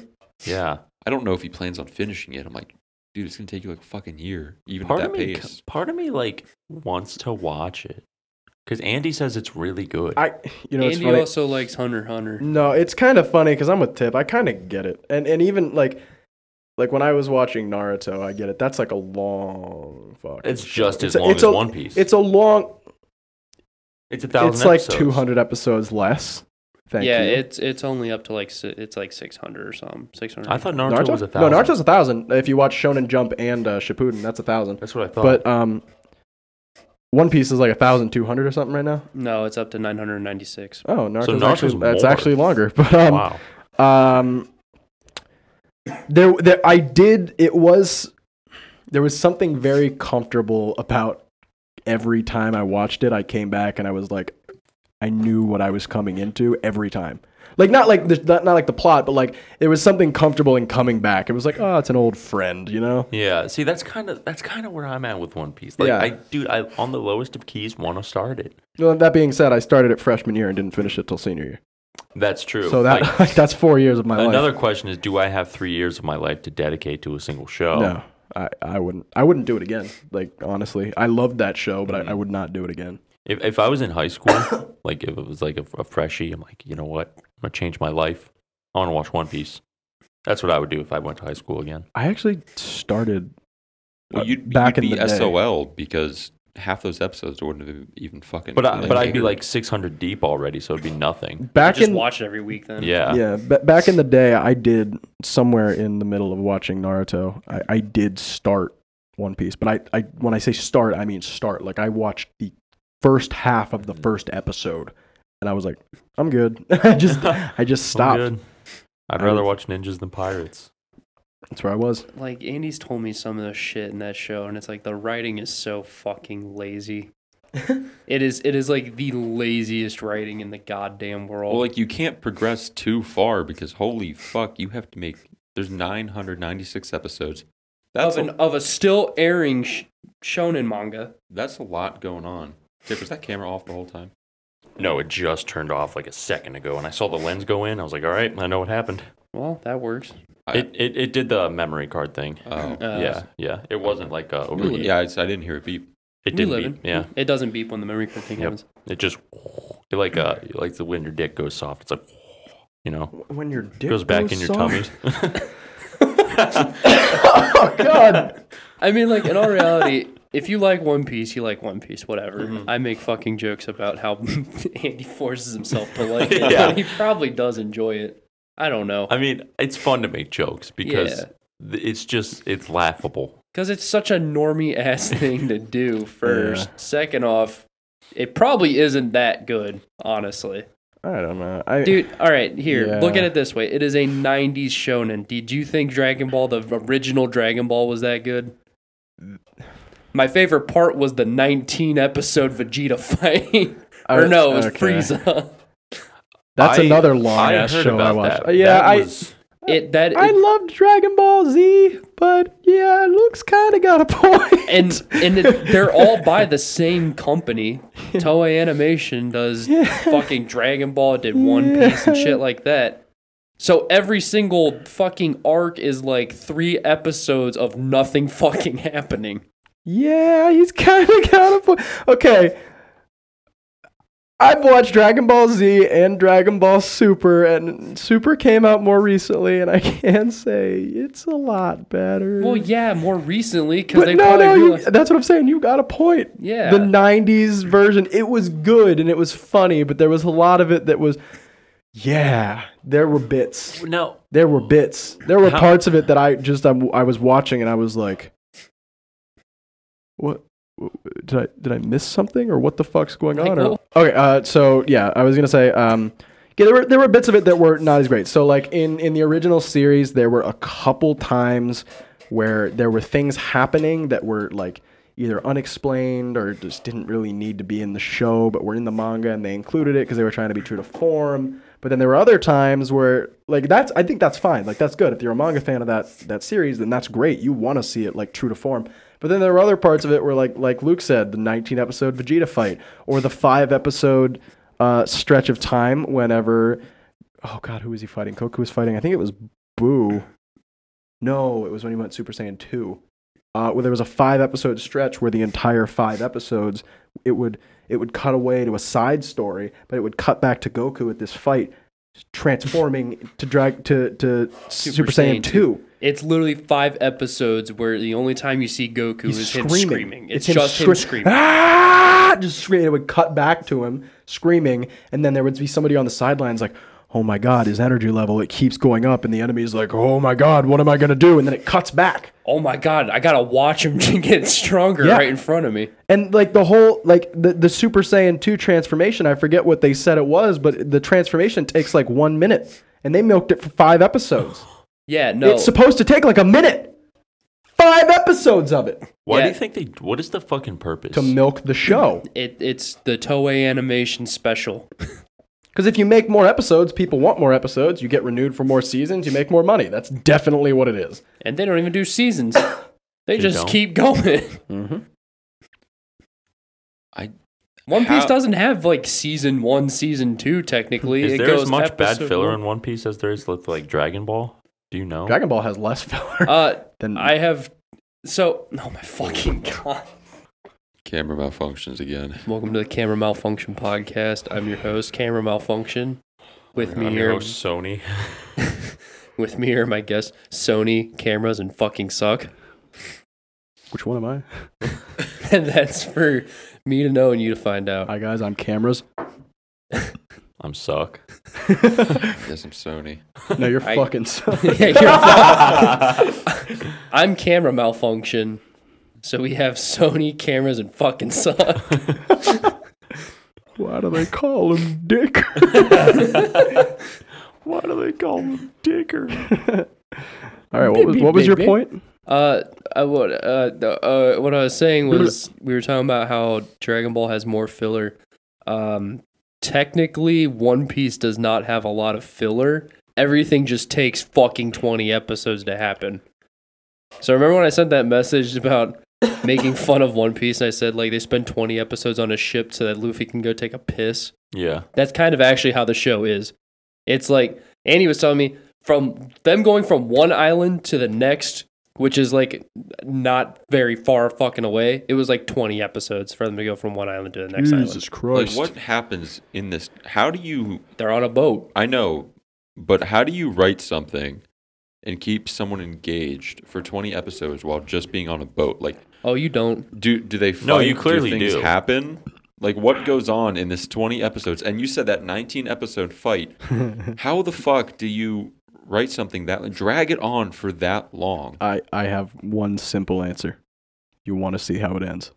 Yeah.
I don't know if he plans on finishing it. I'm like, dude, it's gonna take you like a fucking year, even
Part
at
of
that
me,
pace.
part of me, like wants to watch it because Andy says it's really good.
I, you know, it's
Andy
funny.
also likes Hunter x Hunter.
No, it's kind of funny because I'm with Tip. I kind of get it, and and even like, like when I was watching Naruto, I get it. That's like a long fuck.
it's just as
a-
long
it's
as
a-
One Piece.
It's a long.
it's a thousand.
it's like
episodes.
200 episodes less. Thank
yeah,
you.
it's it's only up to like si- it's like six hundred or something. Six hundred.
I thought Naruto,
Naruto
was a thousand.
No, Naruto's a thousand. If you watch Shonen Jump and uh, Shippuden, that's a thousand.
That's what I thought.
But um, One Piece is like a thousand two hundred or something right now.
no, it's up to nine hundred ninety six.
Oh, Naruto's,
Naruto's
actually that's
more.
actually longer. But um,
wow.
Um, there, there, I did. It was there was something very comfortable about every time I watched it. I came back and I was like, I knew what I was coming into every time. Like not like the, not, not like the plot, but like there was something comfortable in coming back. It was like, oh, it's an old friend, you know.
Yeah. See, that's kind of that's kind of where I'm at with One Piece. Like,
Yeah.
I dude, I on the lowest of keys want to start it.
Well, that being said, I started it freshman year and didn't finish it till senior year.
That's true.
So that
Like,
that's four years of my
another
life.
question is, do I have three years of my life to dedicate to a single show?
No, I, I wouldn't. I wouldn't do it again. Like honestly, I loved that show, but
Mm-hmm.
I, I would not do it again.
If if I was in high school, like if it was like a, a freshie, I'm like, you know what? I'm gonna change my life. I want to watch One Piece. That's what I would do if I went to high school again.
I actually started.
uh,
Well, you'd,
back
you'd
in
be
the day.
SOL because half those episodes wouldn't have even fucking.
But I, but I'd be
aired.
like 600 deep already, so it'd be nothing.
Back
just
in
watch it every week then.
Yeah.
yeah, ba- back in the day, I did somewhere in the middle of watching Naruto. I, I did start One Piece, but I, I when I say start, I mean start. Like I watched the first half of the first episode, and I was like, I'm good. I just I just
I'm
stopped.
good. I'd
I
rather
would-
watch ninjas than pirates.
That's where I was.
Like Andy's told me some of the shit in that show, and it's like the writing is so fucking lazy. it is it is like the laziest writing in the goddamn world.
Well, like you can't progress too far because holy fuck, you have to make. There's 996 episodes. That's
of
a,
an of a still airing sh- shonen manga.
that's a lot going on. Tip, was that camera off the whole time?
No, it just turned off like a second ago, and I saw the lens go in. I was like, all right, I know what happened.
Well, that works.
I-
It it, it did the memory card thing.
Oh,
Uh,
yeah, yeah. It wasn't like uh,
Ooh,
overheat.
yeah. I, I didn't hear a beep.
It
we
didn't.
living.
beep. Yeah,
it doesn't beep when the memory card thing
Yep.
happens.
it just it like uh like the when your dick goes soft. It's like you know
When your dick
goes back in your tummy.
Oh God!
I mean, like in all reality, if you like One Piece, you like One Piece. Whatever.
Mm-hmm.
I make fucking jokes about how Andy forces himself to like it.
Yeah.
and he probably does enjoy it. I don't know
I mean, it's fun to make jokes because th it's just it's laughable.
because it's such a normie ass thing to do. First, second off, it probably isn't that good, honestly.
I don't know. I,
Dude, all right, here. Look at
Yeah.
it this way. It is a 90s shonen. Did you think Dragon Ball, the original Dragon Ball, was that good? My favorite part was the 19 episode Vegeta fight.
I-
or no, it was
okay.
Frieza.
That's
I-
another long
I
ass
heard
show I
about
watched.
that.
Yeah,
That
I
was-
It that
I
it-
loved Dragon Ball Z, but yeah, it looks kind of got a point.
and and it, they're all by the same company. Toei Animation does fucking Dragon Ball, did One Piece and shit like that. So every single fucking arc is like 3 episodes of nothing fucking happening.
Yeah, he's kind of got a point. Okay. I've watched Dragon Ball Z and Dragon Ball Super, and Super came out more recently, and I can say it's a lot better.
Well, yeah, more recently because
but
they
no,
probably
no, you,
realized,
that's what I'm saying. You got a point.
yeah,
The 90s version, it was good and it was funny, but there was a lot of it that was, yeah, there were bits.
No,
There were bits. There were
How-
parts of it that I just I'm, I was watching and I was like, "What did I did I miss something or what the fuck's going
Like,
on?" Or, okay, uh, so yeah, I was gonna say, um, yeah, there were there were bits of it that were not as great. So like in in the original series, there were a couple times where there were things happening that were like either unexplained or just didn't really need to be in the show, but were in the manga and they included it because they were trying to be true to form. But then there were other times where like that's I think that's fine. Like that's good. If you're a manga fan of that that series, then that's great. You want to see it like true to form. But then there were other parts of it where like like Luke said, the 19 episode Vegeta fight or the 5 episode uh, stretch of time whenever oh god, who was he fighting? Goku was fighting. I think it was Boo. No, it was when he went Super Saiyan 2 uh, where there was a five episode stretch where the entire five episodes it would it would cut away to a side story, but it would cut back to Goku at this fight, transforming to drag to to Super, Saiyan, two.
It's literally five episodes where the only time you see Goku
He's
is
screaming.
him screaming. It's,
him
just him
scre-
screaming.
Ah! Just screaming. It would cut back to him screaming, and then there would be somebody on the sidelines like. Oh my God! His energy level it keeps going up, and the enemy's like, "Oh my God, what am I gonna do?" And then it cuts back,
Oh my god, I gotta watch him to get stronger
Yeah.
right in front of me.
And like the whole like the, the Super Saiyan 2 transformation, I forget what they said it was, but the transformation takes like one minute. And they milked it for five episodes.
Yeah, no.
It's supposed to take like a minute. Five episodes of it
why do
Yeah.
you think they? What is the fucking purpose?
to milk the show.
it, it's the Toei animation special.
Because if you make more episodes, people want more episodes. You get renewed for more seasons. You make more money. That's definitely what it is.
And they don't even do seasons. They, just
don't? Mm-hmm.
keep going.
I-
One
How-
Piece doesn't have like season one, season two. Technically,
is
it
there
goes
as much bad
episode
filler
one.
in One Piece as there is with like Dragon Ball? Do you
Oh.
know?
Dragon Ball has less filler
Uh,
than
I have. So, oh my fucking god!
Camera malfunctions again.
Welcome to the Camera Malfunction Podcast. I'm your host, Camera Malfunction. With me
I'm
here,
your host, Sony.
with me here, my guest Sony cameras and fucking suck.
Which one am I?
And that's for me to know and you to find out.
Hi guys, I'm cameras.
I'm suck.
Yes, I'm Sony.
No, you're
I-
fucking. So-
Yeah, you're fucked. I'm camera malfunction. So we have Sony cameras and fucking suck.
Why do they call him Dick?
Why do they call him Dicker?
All right, what was, what was your point?
Uh, I, what, uh, the- uh, what I was saying was we were talking about how Dragon Ball has more filler. Um, technically, One Piece does not have a lot of filler. Everything just takes fucking 20 episodes to happen. So remember when I sent that message about making fun of One Piece and I said, like, they spend 20 episodes on a ship so that Luffy can go take a piss?
Yeah.
That's kind of actually how the show is. It's like Andy was telling me from them going from one island to the next, which is like not very far fucking away. It was like 20 episodes for them to go from one island to the next island.
Like, what happens in this? How do you?
They're on a boat.
I know, but how do you write something and keep someone engaged for 20 episodes while just being on a boat? Like,
Oh, you don't.
do do they? Fight?
No, you clearly
do. Things
do.
happen. Like, what goes on in this 20 episodes? And you said that 19 episode fight. how the fuck do you write something that drag it on for that long?
I, I have one simple answer. You want to see how it ends.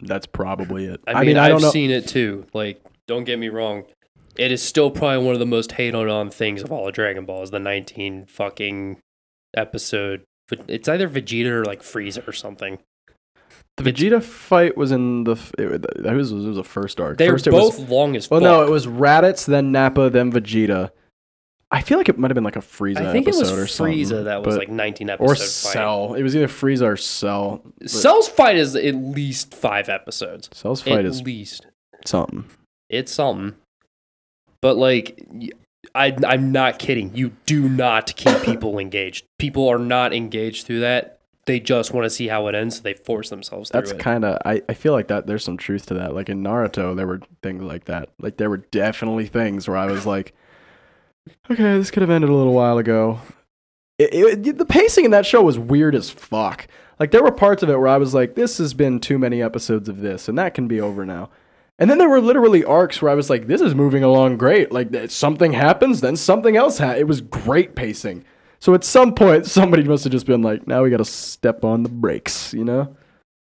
That's probably it.
I mean, I
I
have
don't know.
seen it too. Like, don't get me wrong. It is still probably one of the most hated on things of all of Dragon Ball is the 19 fucking episode. But it's either Vegeta or like Frieza or something.
the Vegeta fight was in the. f- It, was- that was, it was the first arc.
They're
first
both
It was,
long as fuck.
well, no, it was Raditz, then Nappa, then Vegeta. I feel like it might have been like a Frieza
I think it
episode
was
or something.
Frieza that was
but-
like 19 episode
Or
fight.
Cell. It was either Frieza or Cell. but
Cell's fight is at least five episodes.
Cell's fight
at
is
least
something.
it's something. But like, y- I, I'm not kidding. You do not keep people engaged. People are not engaged through that. they just want to see how it ends, so they force themselves through
That's
it.
kind of I, I feel like that there's some truth to that. Like in Naruto, there were things like that. Like there were definitely things where I was like, okay, this could have ended a little while ago. It, it- the pacing in that show was weird as fuck. Like there were parts of it where I was like, this has been too many episodes of this, and that can be over now. And then there were literally arcs where I was like, this is moving along great. Like th- something happens, then something else. Ha-. It was great pacing. So at some point, somebody must have just been like, now we got to step on the brakes, you know?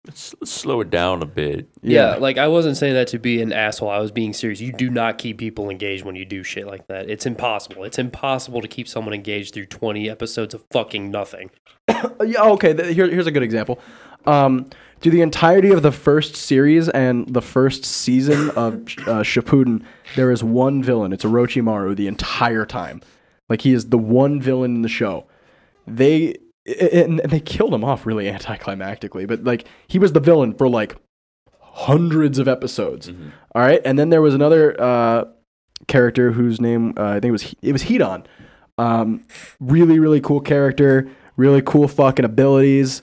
S- slow it down a bit.
yeah. like I wasn't saying that to be an asshole. I was being serious. You do not keep people engaged when you do shit like that. It's impossible. It's impossible to keep someone engaged through 20 episodes of fucking nothing.
Uh, yeah, okay. Th- here, here's a good example. Um, do the entirety of the first series and the first season of uh, Shippuden, there is one villain. It's Orochimaru the entire time. Like he is the one villain in the show. They i- i- and, and they killed him off really anticlimactically, but like he was the villain for like hundreds of episodes. All right, and then there was another uh, character whose name uh, I think it was He- it was Hedon. Um, really, really cool character, really cool fucking abilities.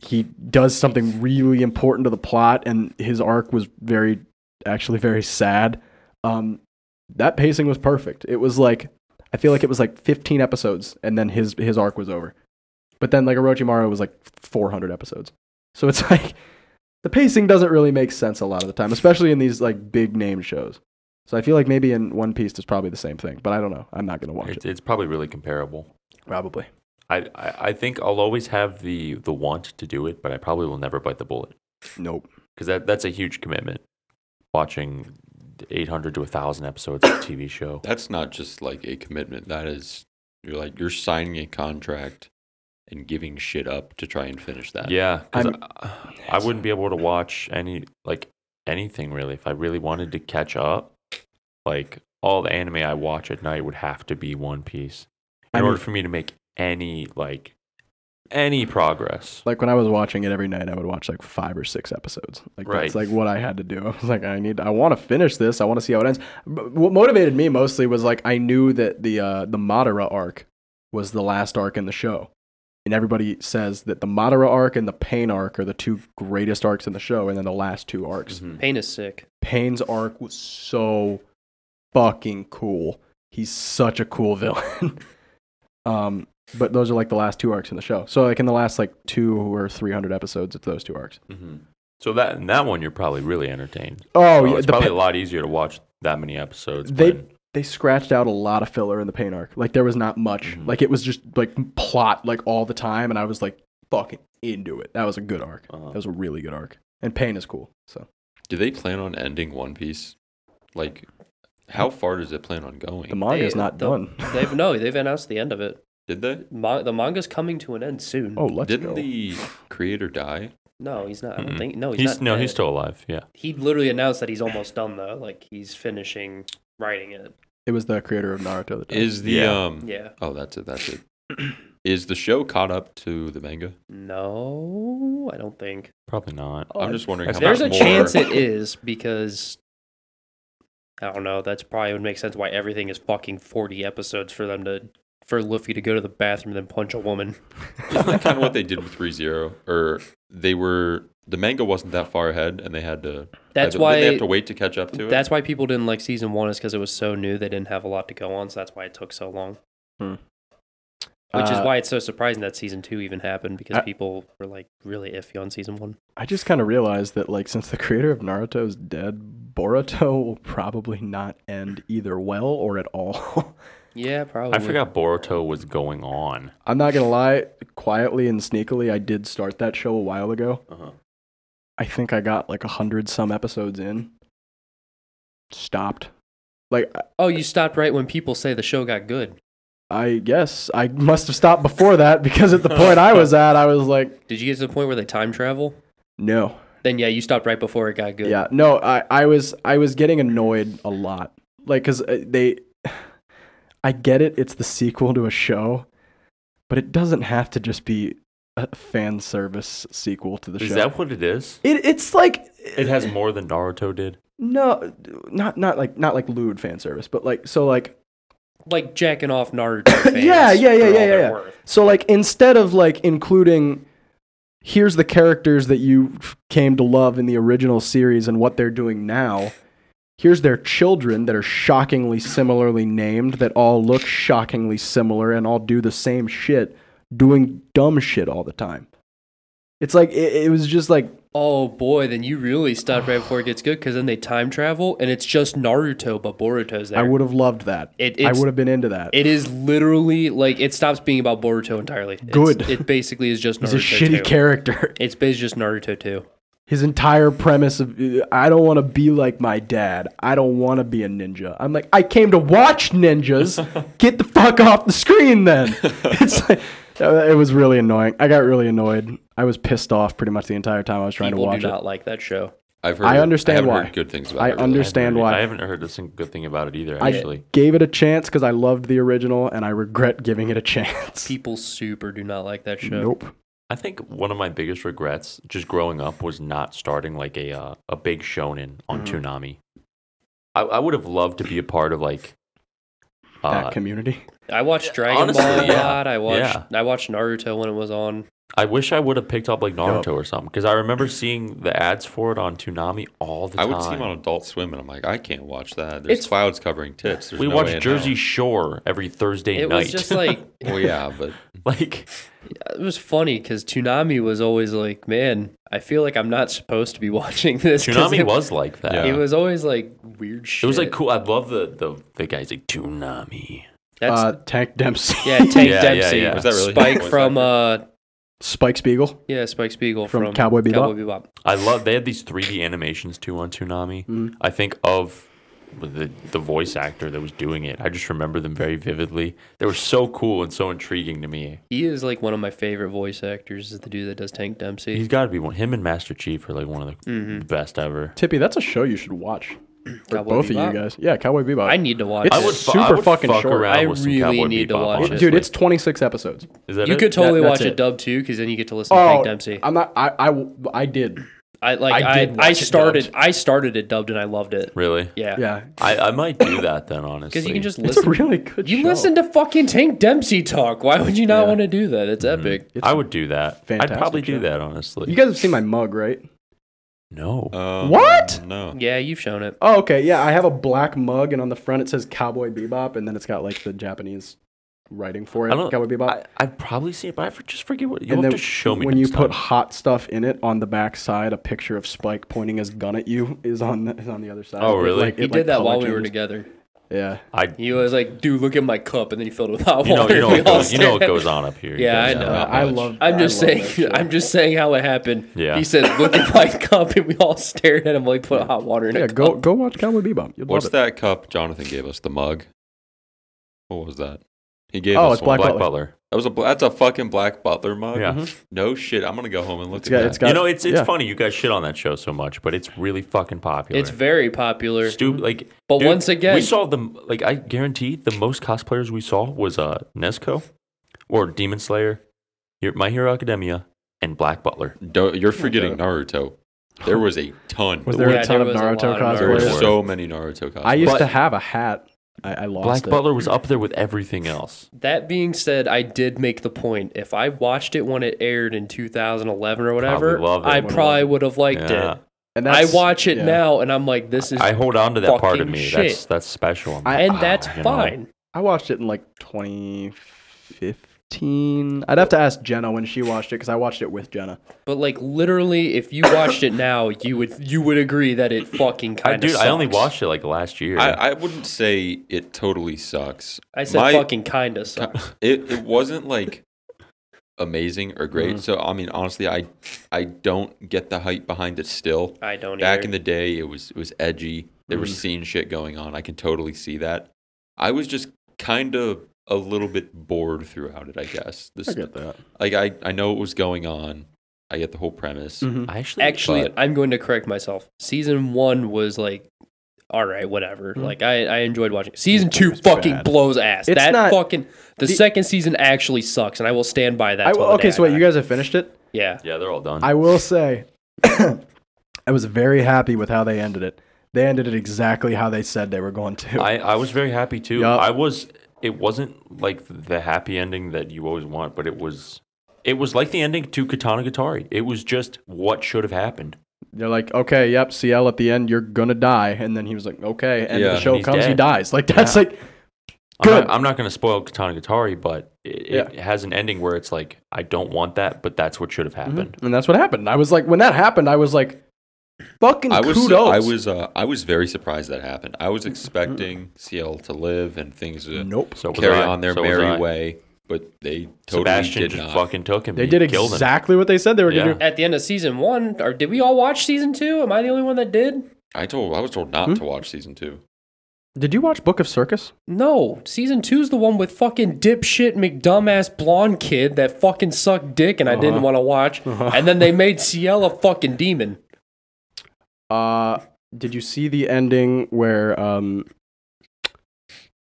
He does something really important to the plot, and his arc was very, actually very sad. Um, that pacing was perfect. It was like, I feel like it was like 15 episodes, and then his his arc was over. But then like Orochimaru was like 400 episodes. So it's like the pacing doesn't really make sense a lot of the time, especially in these like big name shows. So I feel like maybe in One Piece it's probably the same thing, but I don't know. I'm not gonna watch
It's,
it.
it's probably really comparable.
Probably.
I, I, I think I'll always have the, the want to do it, but I probably will never bite the bullet
Nope.
because that, that's a huge commitment. Watching 800 to 1,000 episodes of a TV show.
That's not just like a commitment. That is, you're like, you're signing a contract and giving shit up to try and finish that.
Yeah, 'cause
I'm-
I, I wouldn't be able to watch any like anything really if I really wanted to catch up. Like all the anime I watch at night would have to be One Piece in
I
order
mean-
for me to make any like any progress.
Like when I was watching it every night, I would watch like five or six episodes. Like
Right.
that's like what I had to do. I was like, I need, I want to finish this. I want to see how it ends. But what motivated me mostly was like I knew that the uh, the Madara arc was the last arc in the show, and everybody says that the Madara arc and the Pain arc are the two greatest arcs in the show, and then the last two
Mm-hmm.
arcs.
Pain is sick.
Payne's arc was so fucking cool. He's such a cool villain. um, but those are like the last two arcs in the show. So like in the last like two or three hundred episodes, it's those two arcs.
So that and that one you're probably really entertained.
Mm-hmm. Oh,
So
yeah,
it's
the
probably
Pa-
a lot easier to watch that many episodes.
They-
when-
they scratched out a lot of filler in the Pain arc. Like there was not much. Like it was just like plot like all the time, and I was like fucking into it. That was a good arc.
Uh-huh.
That was a really good arc. And Pain is cool. So
Do they plan on ending One Piece? Like, how far does it plan on
the
going?
manga's
They-
not
the-
done.
They've no, they've announced the end of it.
Did they?
Mon- the manga's coming to an end soon.
oh, let's
Didn't
go.
the creator die?
No, he's not. I don't
Mm-mm.
think.
Oh,
No, he's,
he's
not.
no, he's
dead.
still alive. Yeah,
He literally announced that he's almost done though. Like he's finishing writing it.
it was the creator of Naruto that died.
Is the
Yeah.
um?
Yeah.
Oh, that's it. That's it. Is the show caught up to the manga?
No, I don't think.
probably not.
Oh,
I'm just wondering. How
There's a
much more-
chance it is because I don't know. That's probably would make sense why everything is fucking 40 episodes for them to for Luffy to go to the bathroom and then punch a woman.
Isn't that kind of what they did with Re Zero? Or they were the manga wasn't that far ahead, and they had to. either-
That's
didn't they
why-
have to wait to catch up to it.
That's why people didn't like season 1 is cuz it was so new. They didn't have a lot to go on, so that's why it took so long.
Hmm.
Which is
Uh,
why it's so surprising that season 2 even happened because
I-
people were like really iffy on season 1.
I just kind of realized that, like, since the creator of Naruto is dead, Boruto will probably not end either well or at all.
Yeah, probably.
I forgot Boruto was going on.
I'm not gonna lie, quietly and sneakily, I did start that show a while ago.
Uh-huh.
I think I got like a hundred some episodes in. Stopped. Like, I-
Oh, you stopped right when people say the show got good.
I guess I must have stopped before that because at the point I was at, I was like,
Did you get to the point where they time travel?
no,
Then yeah, you stopped right before it got good.
Yeah, no, I, I was I was getting annoyed a lot, like because they, I get it, it's the sequel to a show, but it doesn't have to just be a fan service sequel to the
Is
show.
that what it is?
it, it's like uh,
It has more than Naruto did.
no, not not like not like lewd fan service, but like so like
Like jacking off Naruto fans.
yeah, yeah, yeah,
for all
yeah, yeah.
they're
yeah.
worth.
So like instead of like including here's the characters that you f- came to love in the original series and what they're doing now. Here's their children that are shockingly similarly named, that all look shockingly similar and all do the same shit, doing dumb shit all the time. It's like it, it was just like
Oh boy, then you really stop right before it gets good because then they time travel and it's just Naruto, but Boruto's there.
I would have loved that.
It-
I
it's-
would have been into that.
It is literally like it stops being about Boruto entirely. It's-
Good.
it basically is just Naruto.
He's a shitty
2.
character.
It's basically just Naruto too.
His entire premise of uh, I don't want to be like my dad. I don't want to be a ninja. I'm like I came to watch ninjas. Get the fuck off the screen then. it's like uh, it was really annoying. I got really annoyed. I was pissed off pretty much the entire time I was trying
People
to watch
do
it.
not like that show.
I've heard.
I understand
haven't
why.
Heard good things about
I
it. really.
understand
I
why.
haven't heard a single good thing about it either.
I
Actually,
gave it a chance because I loved the original and I regret giving it a chance.
People super do not like that show.
Nope.
I think one of my biggest regrets just growing up was not starting like a uh, a big shonen on
Mm-hmm.
Toonami. I, I would have loved to be a part of like uh,
that community.
I watched Dragon
honestly,
Ball a
yeah.
lot. I watched I watched Naruto when it was on.
I wish I would have picked up like Naruto or something because I remember seeing the ads for it on Toonami all the
I
time.
would see him on Adult Swim, and I'm like, I can't watch that. There's
It's-
clouds covering tips. There's
we
no way
watched
in
Jersey
hell.
Shore every Thursday
It
night.
was just like
Well, yeah, but
like
it was funny because Toonami was always like, man, I feel like I'm not supposed to be watching this. 'cause
Toonami
it,
was like that.
Yeah.
It was always like weird shit.
It was like cool. I love the the the guys like Toonami.
That's
Uh, Tank Dempsey.
yeah, Tank
Yeah, yeah,
Dempsey.
yeah.
Was that really him?
Spike
Was that
from
him?
uh
Spike Spiegel.
yeah Spike Spiegel
From
from,
Cowboy Bebop?
I love they had these 3D animations too on Toonami.
Mm.
I think of the the voice actor that was doing it. I just remember them very vividly. They were so cool and so intriguing to me.
He is like one of my favorite voice actors. Is the dude that does Tank Dempsey.
He's got to be one. Him and Master Chief are like one of the best ever.
Tippy, that's a show you should watch. For
Cowboy
both
Bebop?
of you guys. Yeah, Cowboy Bebop.
I need to watch
It's
it.
I would, fu- I
super
would
fucking
fuck
short.
around
I
with some
really
Cowboy
need to
Bebop,
watch it.
honestly.
Dude, it's 26 episodes.
Is that
you
it?
could totally
that's
watch it,
it.
dubbed too, because then you get to listen to Tank Dempsey.
Oh, I'm not. I, I, I did.
I like
I
I,
did
I,
watch it
started
dubbed.
I started it dubbed and I loved it.
really.
Yeah,
Yeah,
I, I might do that then, honestly.
Because you can just
it's
listen.
a really good.
you
show.
listen to fucking Tank Dempsey talk. Why would you not want to do that? It's epic.
It's
Mm-hmm. I would do that. I'd
fantastic
probably
show.
do that, honestly.
You guys have seen my Uh, mug, right?
no.
um,
What?
No.
uh, Yeah, you've shown it.
Oh, okay. Yeah, I have a black mug, and on the front it says Cowboy Bebop, and then it's got like the Japanese writing for
I
it.
don't.
Cowboy Bebop.
I, I'd probably see it, but I for- just forget what. You
and then
have to show me
when you
next
put
time.
hot stuff in it on the back side, a picture of Spike pointing his gun at you is on the, is on the other side.
Oh,
It,
really?
like-
He
it,
did
like,
that
color
while we were
changes.
together.
Yeah.
I
He was like, "Dude, look at my cup," and then he filled it with hot
You know,
water.
you know,
We
it
all
goes, you know
stared
it
at
goes
him.
on up here. It
Yeah, I
goes
know.
on
Yeah,
up
I
much.
love. I
I'm just
love that
saying.
shit.
I'm just saying how it happened.
Yeah.
He said, "Look at my cup," and we all stared at him like put hot water in
Yeah,
a cup.
go go watch Cowboy Bebop. You'll
What's
love
that cup Jonathan gave us? The mug. What was that? He
It.
gave
Oh,
us
it's
one.
Black,
Black
Butler.
Butler.
That was a bla- that's a fucking Black Butler mug.
Yeah.
No shit. I'm gonna go home and look at
Mm-hmm. It's got-
that.
it's got-
you know, it's it's
yeah.
funny you guys shit on that show so much, but it's really fucking popular.
It's very popular.
stupid. Like,
But
dude,
once again-
we saw the like. I guarantee the most cosplayers we saw was uh Nesco, or Demon Slayer, Your- My Hero Academia, and Black Butler.
Do- you're forgetting Naruto. There was a ton.
Was there
Yeah,
a ton
there
of
was a
Naruto
lot of
There were
Naruto.
cosplayers?
Word.
so many Naruto costumes.
I used
But-
to have a hat. I, I lost
Black
it.
Butler was up there with everything else.
That being said, I did make the point. If I watched it when it aired in 2011 or whatever,
Probably love it.
I
Would've
probably would have liked
Yeah.
it.
And
I
that's-
watch it
yeah.
now and I'm like, this is,
I hold on to that part of
fucking
me.
shit.
That's that's special.
I-
and that's
you know.
fine.
I watched it in like 2015. I'd have to ask Jenna when she watched it because I watched it with Jenna.
But like, literally, if you watched it now, you would you would agree that it fucking kind
I,
of.
dude, I only watched it like last year.
I, I wouldn't say it totally sucks.
I said
My-
fucking kind of sucks.
It it wasn't like amazing or great.
Mm.
So I mean, honestly, I I don't get the hype behind it still.
I don't.
Back
either.
in the day, it was it was edgy. There
Mm.
was scene shit going on. I can totally see that. I was just kind of a little bit bored throughout it. I guess this
that.
like I I know what was going on. I get the whole premise.
Mm-hmm.
I actually,
Actually,
but-
I'm going to correct myself. Season one was like, all right, whatever. Like, I, I enjoyed watching. it. Season two fucking
Hmm. bad.
blows ass.
It's
that
not-
fucking the, second season actually sucks, and I will stand by that.
I,
till
will-
the
okay,
day
so
I
wait,
die.
you guys have finished it?
yeah,
yeah, they're all done.
I will say, I was very happy with how they ended it. They ended it exactly how they said they were going to.
I, I was very happy too.
Yeah.
I was. It wasn't like the happy ending that you always want, but it was. It was like the ending to Katana Gatari. It was just what should have happened.
They're like, okay, yep, CL at the end, you're gonna die. And then he was like, okay, and
Yeah,
the show
he's
comes, he
dead.
dies. Like that's
Yeah.
like,
I'm not,
Good.
I'm not going to spoil Katana Gatari, but it, it has an ending where it's like, I don't want that, but that's what should have
Mm-hmm.
Mm-hmm.
happened.
and that's what happened. I was like, when that happened, I was like, fucking
I was
kudos.
I was uh, I was very surprised that happened. I
Mm.
was expecting CL to live and things to
nope.
So was
carry
I.
on their
So was I.
merry way, but they totally
Sebastian
did
just
not.
fucking took him.
They did
killed him.
exactly what they said they were
Yeah.
gonna do.
At the end of season one, or did we all watch season two? Am I the only one that did?
I told I was told
Hmm?
not to watch season two.
Did you watch Book of Circus?
No, season two's the one with fucking dipshit McDumbass blonde kid that fucking sucked dick and I
Uh-huh.
didn't want to watch. And then they made Ciel a fucking demon.
Uh, did you see the ending where um,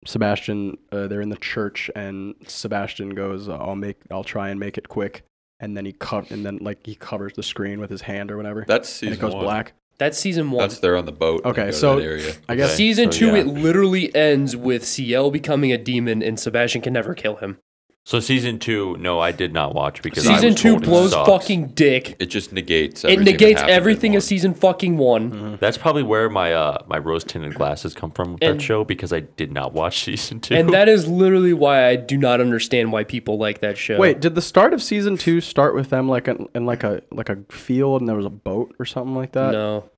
Sebastian? Uh, they're in the church, and Sebastian goes, "Uh, "I'll make, I'll try and make it quick." And then he cut, and then like he covers the screen with his hand or whatever,
That's
and
season
it goes
one.
black.
That's season one.
That's there on the boat. They go
Okay,
to
so-
that area.
I guess
season
so,
two,
yeah.
it literally ends with Ciel becoming a demon and Sebastian can never kill him.
So season two, no, I did not watch because I
Season
was
two
told it
blows
sucks.
fucking dick.
it just negates.
It
Everything that
negates
happened in
everything
one.
of season fucking one.
That's probably where my uh, my rose tinted glasses come from with that
And-
show because I did not watch season two.
And that is literally why I do not understand why people like that show.
Wait, did the start of season two start with them like in, in like a like a field and there was a boat or something like that?
no.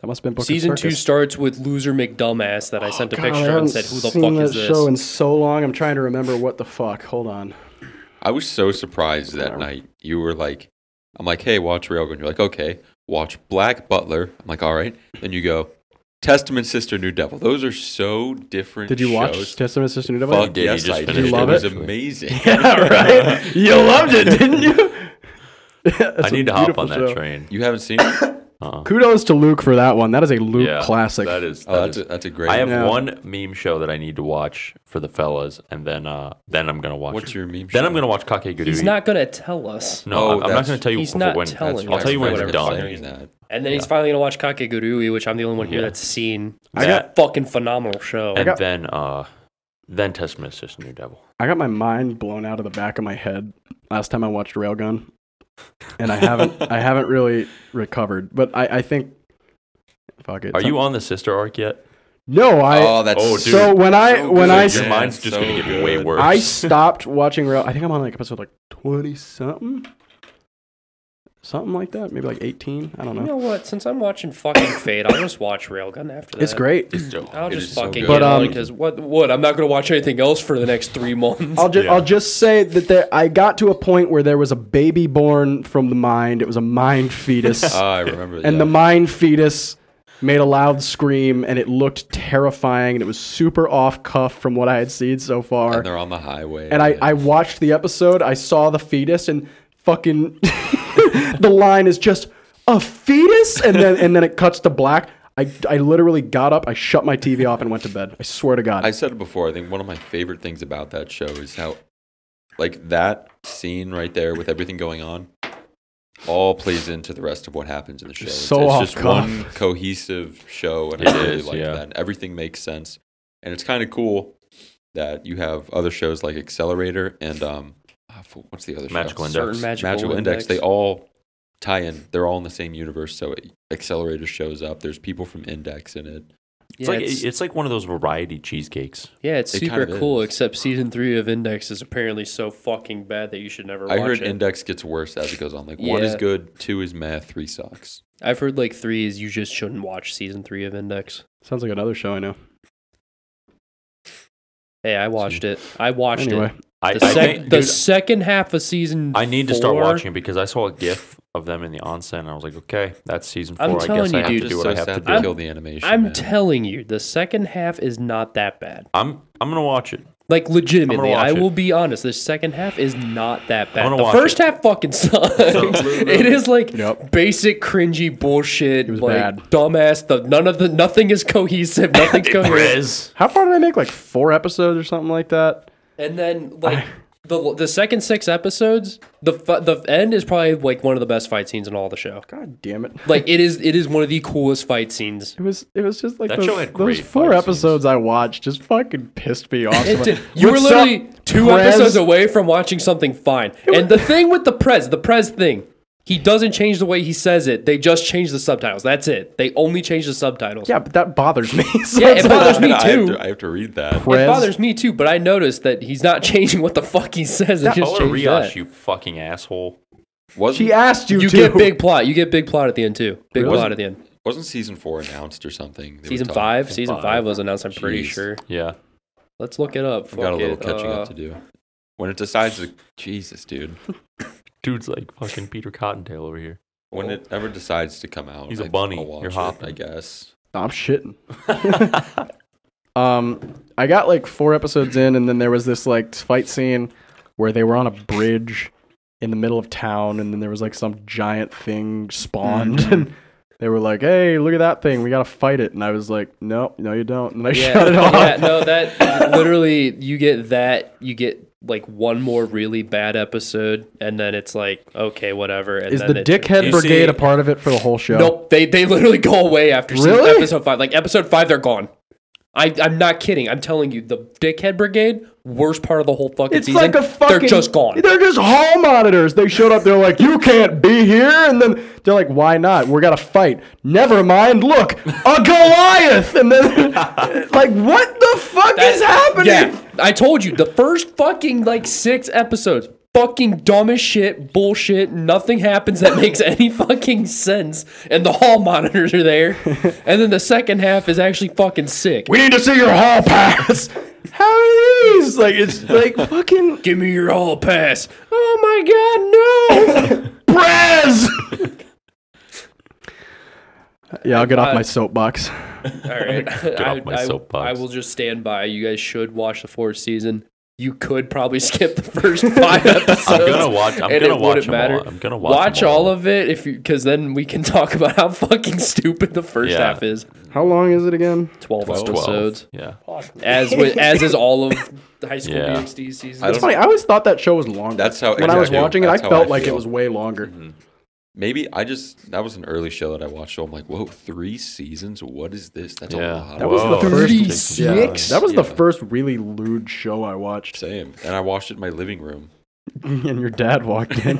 That must have been Book
Season
of
two
uh, Circus. Oh,
starts with loser McDumbass that I sent a
God,
picture and
haven't
said, "Who the
seen
fuck
that
is this?"
show in so long. I'm trying to remember what the fuck. Hold on.
I was so surprised that night. You were like, I'm like, hey, watch Railgun. You're like, okay, watch Black Butler. I'm like, all right. Then you go, Testament Sister, New Devil. Those are so different.
Did you watch
shows.
Testament Sister New Devil?
Fuck
did. You
yes,
just
I did.
finished
It
it,
was
actually.
amazing.
Yeah, right. you loved it, didn't you?
I need to hop on that train.
You haven't seen it?
Kudos to Luke for that one. That is a Luke
Yeah,
classic.
That is. That
Oh, that's
is-
a, that's a great.
I have
Yeah.
one meme show that I need to watch for the fellas, and then uh, then I'm gonna watch.
What's your meme
Then
show?
I'm gonna watch Kake Gurui.
He's not gonna tell us.
No,
Oh,
I'm- I'm not
that's-
gonna tell you
He's
before
not
when.
telling
I'll
us.
tell you when
That's
it's
what I'm
done.
saying.
That.
And then he's finally gonna watch Kakegurui, which I'm the only one here
Yeah.
that's seen.
I
It's
got-
a fucking phenomenal show.
And
got-
then uh, then Testament Sister New Devil.
I got my mind blown out of the back of my head last time I watched Railgun, and I haven't I haven't really recovered. But I, I think fuck it.
Are you on the sister arc yet?
No, I.
oh, that's
Oh, dude.
so when I
so
when
good.
I
You're
s-
Your
Yeah,
mind's just
so
gonna get way
good.
worse.
I stopped watching Rail. I think I'm on like episode like twenty something, something like that. Maybe like eighteen. I don't
you
know.
know what? Since I'm watching fucking Fade, I'll just watch Railgun after that.
It's great.
I'll
It
just
is so
fucking
good.
get
But,
on
um,
because what? What? I'm not gonna watch anything else for the next three months.
I'll just
Yeah.
I'll just say that there, I got to a point where there was a baby born from the mind. It was a mind fetus,
Ah, I remember.
and
yeah.
the mind fetus made a loud scream, and it looked terrifying, and it was super off cuff from what I had seen so far.
and they're on the highway.
And I, I watched the episode. I saw the fetus, and fucking the line is just a fetus, and then and then it cuts to black. I, I literally got up, I shut my TV off, and went to bed. I swear to God.
I said it before. I think one of my favorite things about that show is how, like, that scene right there with everything going on, all plays into the rest of what happens in the show. It's,
so
it's
off
just
cuff.
one cohesive show, and
It
I really
is,
like
yeah.
that. And everything makes sense, and it's kind of cool that you have other shows like Accelerator and um, ah, f- what's the other
Magical
show?
Index.
Certain magical,
Magical Index. They all tie in. They're all in the same universe. So it, Accelerator shows up. There's people from Index in it.
yeah,
It's like
it's,
it's like one of those variety cheesecakes.
yeah, it's
it
super
kind of
cool.
is.
Except season three of Index is apparently so fucking bad that you should never.
I
watch
heard
it.
index gets worse as it goes on. Like one is
Yeah.
good, two is meh, three sucks.
I've heard like three is you just shouldn't watch season three of Index.
Sounds like another show I know.
Hey, I watched it. I watched
Anyway,
I,
it. The,
I
sec-
think,
the
dude,
second half of season.
I need to start
four-
watching it because I saw a GIF of them in the onsen, and I was like, okay, that's season four.
I'm
I
telling
guess I
you,
have
dude,
to
Just
do what
so
I have to
sad
do.
they
I'm,
killed the animation.
I'm
man.
telling you, the second half is not that bad.
I'm gonna watch it.
Like legitimately,
watch
I
it.
will be honest. The second half is not that bad.
gonna
The
watch
first
it.
half fucking sucks. it is like basic cringy bullshit.
was
like
bad.
dumbass. The none of the nothing is cohesive. Nothing's coherent.
Riz.
how far did I make? Like four episodes or something like that?
And then like the the second six episodes, the fi- the end is probably like one of the best fight scenes in all the show.
God damn it.
Like it is, it is one of the coolest fight scenes.
It was it was just like
That
those,
show had
those
great
four
fight scenes.
episodes I watched just fucking pissed me off.
It did. You were
What's
literally
up,
two
Prez?
episodes away from watching something fine. And the thing with the Prez, the Prez thing, he doesn't change the way he says it. They just change the subtitles. That's it. They only change the subtitles.
Yeah, but that bothers me. So
Yeah,
it's
it
like,
bothers me
I have,
too.
to, I have to read that.
It
Prez?
bothers me too, but I noticed that he's not changing what the fuck he says. They just
Call her
changed
Riash,
that. You,
you fucking asshole.
Wasn't,
She asked you, to.
get big plot. You get big plot at the end too. Big
Really?
plot at the end.
wasn't season four announced or something? They were
Season
talking-
five. Season
five.
five, was announced. I'm pretty
Jeez.
sure.
Yeah.
Let's look it up.
I've got a
Fuck
little
it.
catching
Uh,
up to do. When it decides to, Jesus, dude.
Dude's like fucking Peter Cottontail over here.
When it ever decides to come out,
He's a
I- I'll
bunny.
watch
You're
it,
hopping.
I guess.
I'm shitting. um, I got like four episodes in, and then there was this like fight scene where they were on a bridge in the middle of town, and then there was like some giant thing spawned,
Mm-hmm.
and they were like, "Hey, look at that thing! We gotta fight it!" And I was like, "No, no, you don't!" And I
Yeah,
shut it off.
yeah, no, that literally you get that you get like one more really bad episode, and then it's like okay, whatever. And
Is
then
the
it-
dickhead
You
brigade
see-
a part of it for the whole show?
Nope, they they literally go away after season-
Really?
episode five. Like episode five, they're gone. I I'm not kidding. I'm telling you, the dickhead brigade, worst part of the whole fucking
It's
season.
like a fucking.
They're just gone.
They're just hall monitors. They showed up. They're like, you can't be here. And then they're like, why not? We're gonna fight. Never mind. Look, a Goliath. And then, like, what the fuck is happening?
Yeah, I told you the first fucking like six episodes. Fucking dumb as shit, bullshit. Nothing happens that makes any fucking sense, and the hall monitors are there. And then the second half is actually fucking sick.
We need to see your hall pass. How are these? Like, it's like fucking
Give me your hall pass. Oh my god, no!
Prez. yeah, I'll get off
Uh,
my soapbox.
All right.
off
I,
my
I-
soapbox.
I will just stand by. You guys should watch the fourth season. You could probably skip the first five episodes.
I'm gonna watch. I'm
and
gonna
it
watch
wouldn't
them
matter.
all. I'm gonna watch.
Watch
them
all of it if you, because then we can talk about how fucking stupid the first
Yeah.
half is.
How long is it again?
Twelve, episodes,
Yeah.
as with as is all of the high school
Yeah.
DxD season.
I
It's
don't-
funny. I always thought that show was longer.
That's how.
when I was
exactly,
watching it, I
that's how
felt like it
feel.
was way longer.
Maybe I just that was an early show that I watched. So I'm like, whoa, three seasons. What is this? That's a
Yeah.
lot.
That was
Whoa.
the first
36?
yeah, That was the
Yeah.
first really lewd show I watched.
Same. And I watched it in my living room.
and your dad walked in.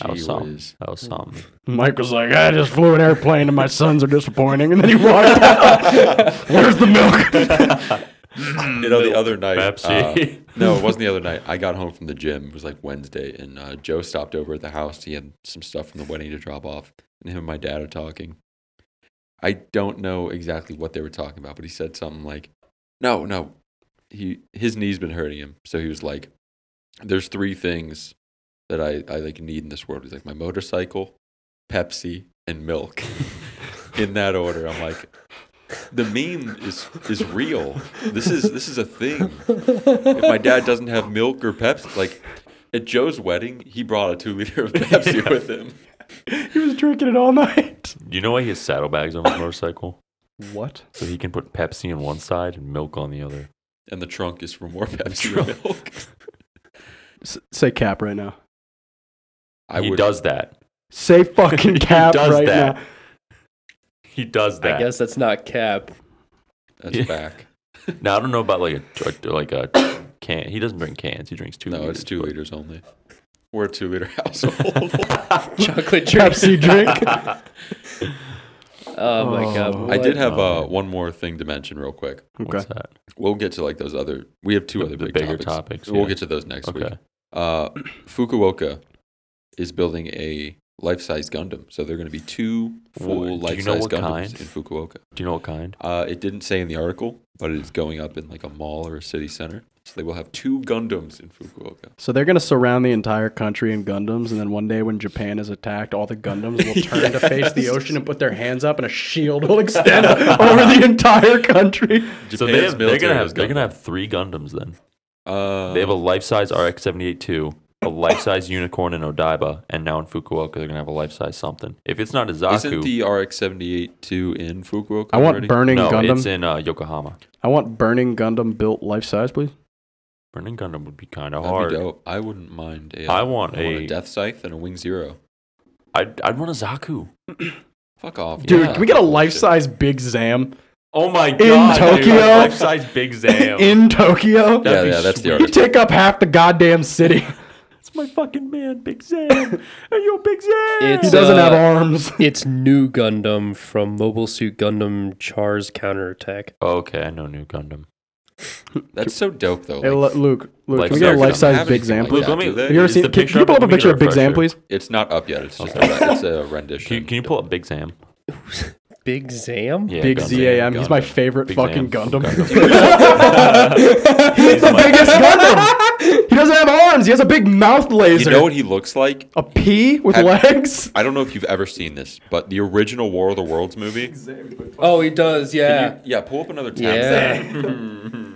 That was
Gee
something.
whiz.
That was something.
Mike was like, I just flew an airplane and my sons are disappointing. And then he walked out. Where's the milk?
You know, the other night.
Pepsi.
uh, no, it wasn't the other night. I got home from the gym. It was like Wednesday, and uh, Joe stopped over at the house. He had some stuff from the wedding to drop off, and him and my dad are talking. I don't know exactly what they were talking about, but he said something like, "No, no, he his knee's been hurting him." So he was like, "There's three things that I I like need in this world." He's like, "My motorcycle, Pepsi, and milk." in that order, I'm like, the meme is is real. This is this is a thing. If my dad doesn't have milk or Pepsi, like at Joe's wedding, he brought a two liter of Pepsi with him.
he was drinking it all night.
uh,
You know why he has saddlebags on his motorcycle?
What?
So he can put Pepsi on one side and milk on the other.
And the trunk is for more Pepsi or milk.
S- say cap right now.
I
he
would
does that.
Say fucking
He
cap
does
right
that.
now.
He does that.
I guess that's not cap.
that's back.
Now I don't know about like a like a can. He doesn't drink cans. He drinks two.
No, it's
liters,
two
but-
liters only. We're a two liter household.
Chocolate drink.
Pepsi drink.
Oh my god.
Oh.
I
what?
did have uh, one more thing to mention real quick.
What's
okay.
that?
We'll get to like those other. We have two
The-
other
the
big
bigger
topics.
topics,
We'll
yeah.
get to those next week.
Okay.
Uh, Fukuoka is building a life-size Gundam, so there are going to be two
Wha-
full
do you know
life-size
what
Gundams
kind?
in Fukuoka.
Do you know what kind?
Uh, it didn't say in the article, but it is going up in like a mall or a city center. So they will have two Gundams in Fukuoka.
So they're gonna surround the entire country in Gundams, and then one day when Japan is attacked, all the Gundams will turn to face the ocean and put their hands up, and a shield will extend over the entire country.
so they have, they're gonna have they're gonna have three Gundams then.
Uh,
They have a life-size RX-78-2, a life-size unicorn in Odaiba, and now in Fukuoka they're gonna have a life-size something. If it's not a
Uh, Isn't
Zaku,
the RX-78 two in Fukuoka?
I want
already?
burning
no,
Gundam.
it's in uh, Yokohama.
I want burning Gundam built life size, please.
Burning Gundam would be kind of
That'd
hard.
be dope. I wouldn't mind. A, uh,
I want
I want
a-
a Death Scythe and a Wing Zero.
I'd, I'd want a Zaku.
Fuck off,
Dude,
yeah.
can we get a life size Big Zam
Oh my god!
Tokyo?
life size Big Zam.
in Tokyo?
Yeah,
That'd be
yeah, that's the
sweet.
You
artist.
take up half the goddamn city.
It's my fucking man, Big Zam. hey, yo, Big Zam.
He
It's
doesn't have
uh,
arms.
It's new Gundam from Mobile Suit Gundam Char's counterattack.
okay, I know New Gundam.
That's so dope, though.
Hey,
like,
Lu- Luke, Luke,
Life
can we get a
size
life size
Gundam.
Big Zam?
Like
Luke,
that,
let me.
do they?
Have you ever
is
seen?
the
Can, can you pull up a
up? Let me get
picture of Big Zam,
refresher.
please?
it's not up yet. It's just
Okay.
a, it's a
Can you,
rendition.
can you pull up Big Zam?
Big Zam?
Yeah,
Big
Gundam.
Z A M. He's my favorite
Big
fucking
Zam.
Gundam. He's the biggest Gundam. He doesn't have arms. He has a big mouth
you
laser.
know what he looks like?
a P with
I-
legs.
I don't know if you've ever seen this, but the original War of the Worlds movie.
Oh, he does, yeah.
Yeah, pull up another tab.
Yeah.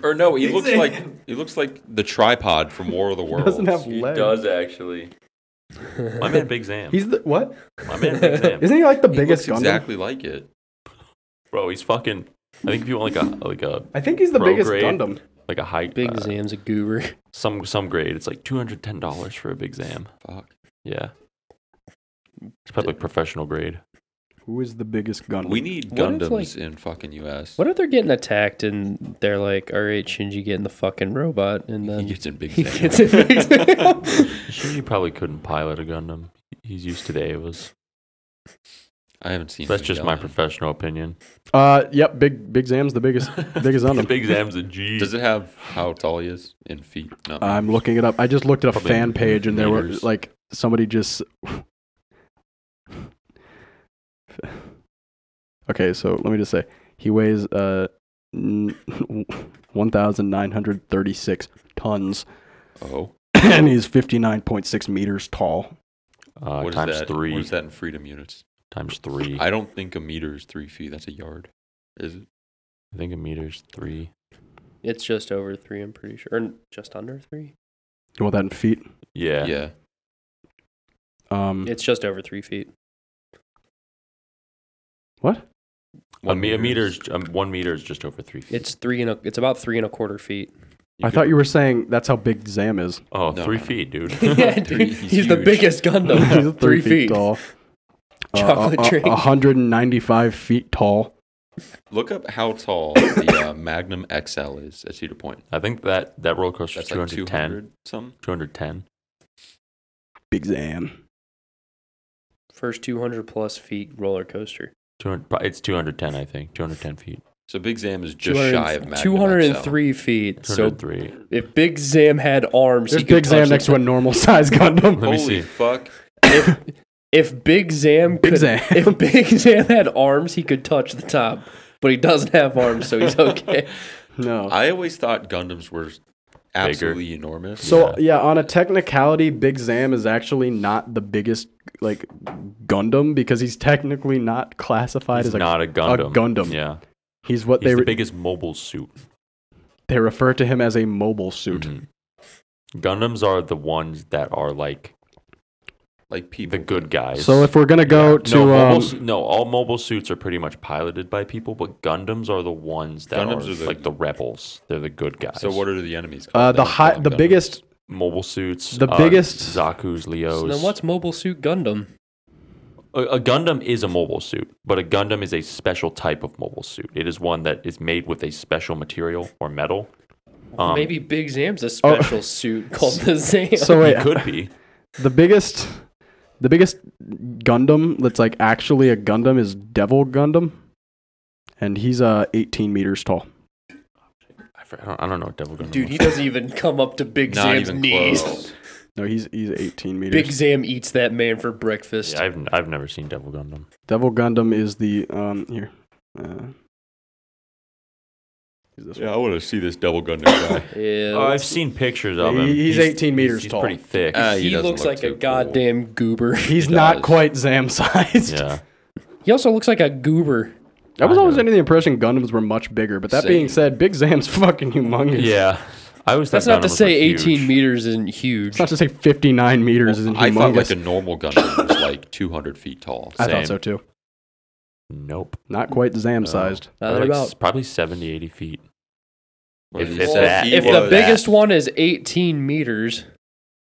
Or no, he looks like he looks like the tripod from War of the Worlds.
Doesn't have
He
legs.
does actually. My man, Big Zam.
He's the what?
my man, Big Zam.
Isn't he like the
He
biggest Gundam?
looks exactly like it.
Bro, he's fucking. I think if you want like a like a
I think he's the
Pro
biggest
grade.
Gundam.
like a high
Big
uh,
Zam's a goober.
some some grade, it's like two hundred ten dollars for a Big Zam.
Fuck.
Yeah. It's probably like professional grade.
Who is the biggest Gundam?
We need
What if,
Gundams
like-
in fucking US.
What if they're getting attacked and they're like, all right, Shinji, get in the fucking robot, and
he
then
gets in big
he
Zam.
gets a Big Zam?
Shinji probably couldn't pilot a Gundam. He's used to the Avas.
I haven't seen
That's
him
just my
yet.
professional opinion.
Uh, yep. Big Big Zam's the biggest biggest Gundam.
Big Zam's a G.
Does it have how tall he is in feet? No.
I'm looking it up. I just looked at a
Probably
fan page and there were
meters.
like somebody just. okay, so let me just say he weighs uh, n- 1,936 tons
oh.
and he's 59.6 meters tall.
uh,
What is
times
that?
three.
What is that in freedom units?
Times three. I,
I don't think a meter is three feet. That's a yard. Is it?
think a meter's three.
it's just over three, I'm pretty sure, or just under three.
You want that in feet?
Yeah.
Yeah.
Hmm.
Um,
It's just over three feet.
what?
A, me- a meter's um, one meter is just over three feet.
It's three and a, it's about three and a quarter feet.
I thought you were saying that's how big Zam is.
Oh,
No,
three
no, no.
feet, dude.
yeah, dude,
Three-
he's,
he's
the
huge.
biggest Gundam.
He's
three, feet.
tall. Uh, uh,
Chocolate
uh,
drink.
195 feet tall.
Look up how tall the uh, Magnum XL is at Cedar Point.
I think that that roller coaster is
That's like
210.
200 some.
210.
Big Zam.
First 200 plus feet roller coaster.
200, pro- it's 210, I think. 210 feet.
So Big Zam is just shy of Magnum
203 feet. So
203.
if Big Zam had arms,
There's
he could
Big Zam
touch
next
the-
to a normal size Gundam.
XL.
Let
Holy
me see.
fuck.
if, if Big Zam
Big
could,
Zam.
if Big Zam had arms, he could touch the top, but he doesn't have arms, so he's okay.
No.
I always thought Gundams were absolutely enormous.
so yeah. on a technicality, Big Zam is actually not the biggest like Gundam because he's technically not classified as
He's
a.
not a Gundam.
Gundam.
Yeah.
he's what
He's
they
the
re-
biggest mobile suit.
they refer to him as a mobile suit.
Mhm. Gundams are the ones that are like
like people.
the good guys.
So if we're gonna go
Yeah.
to
no, mobile
um,
su- no, all mobile suits are pretty much piloted by people, but Gundams are the ones that
Gundams
are,
are the-
like the rebels. They're the good guys.
so what are the enemies called?
uh, the
They just
high,
call
the
them Gundams.
biggest,
mobile suits?
the
uh,
biggest-
Zaku's,
So
Leos.
then what's Mobile Suit Gundam?
a, a Gundam is a mobile suit, but a Gundam is a special type of mobile suit. It is one that is made with a special material or metal. Um, oh.
Maybe Big Zam's a special suit called the Zam.
So
it
wait,
could be.
the biggest, the biggest Gundam that's like actually a Gundam is Devil Gundam, and he's uh 18 meters tall.
I, for- I don't, I don't know what Devil Gundam.
Dude,
was.
he doesn't even come up to Big
Not
Zam's
even
knees.
close.
No, he's he's 18 meters.
Big Zam eats that man for breakfast.
Yeah, I've I've never seen Devil
Uh,
Gundam.
Devil Gundam is the um here. Uh, is this
Yeah, I want to see this double Gundam guy.
Yeah,
Oh, I've
let's-
seen pictures of
He-
him.
he's 18 meters
he's,
tall.
He's pretty thick.
Uh, he
he,
doesn't
looks
look
like a
too cool.
goddamn goober.
one? He's
He
not
does.
quite Zam sized.
yeah.
He also looks like a goober.
I was
I
always
know.
under the impression Gundams were much bigger, but that being
Same.
said, Big Zam's fucking humongous.
Yeah. I always
That's
thought
not
Gundam
to
was,
say
like,
18
huge.
meters isn't huge.
It's not to say 59 meters isn't humongous.
I thought like a normal Gundam was like 200 feet tall.
I
same.
thought so too.
Nope.
Not quite Zam sized.
Oh,
Uh, they're
Like,
about-
s- probably 70, 80 feet.
What
If-
did
if
say?
that-
He
If
was-
the
Well,
biggest one is 18 meters,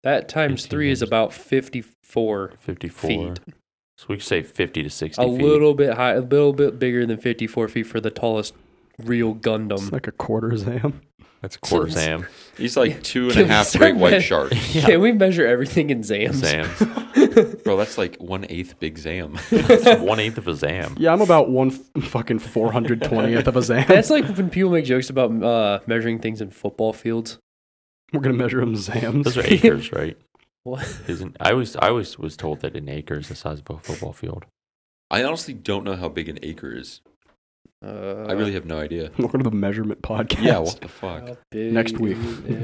that times
18
three is
meters.
about 54.
54. So we could say 50 to 60
A
feet.
little bit high, a little bit bigger than 54 feet for the tallest real
It's
um,
Gundam.
like a quarter Zam.
That's a quarter Sam.
he's like two and
Can
a
we
half
start
great white
with-
sharks.
Can we measure everything in Zams?
Sam's.
Bro, that's like one eighth big Zam.
That's one eighth of a Zam.
Yeah, I'm about one f- fucking 420th of a Zam.
That's like when people make jokes about uh, measuring things in football fields.
We're gonna measure them Zams.
Those are acres, right?
What?
Isn't I was I always was told that an acre is the size of a football field.
I honestly don't know how big an acre is.
Uh,
I really have no idea.
Welcome to the measurement podcast.
Yeah, what the fuck?
how big
Next week.
is-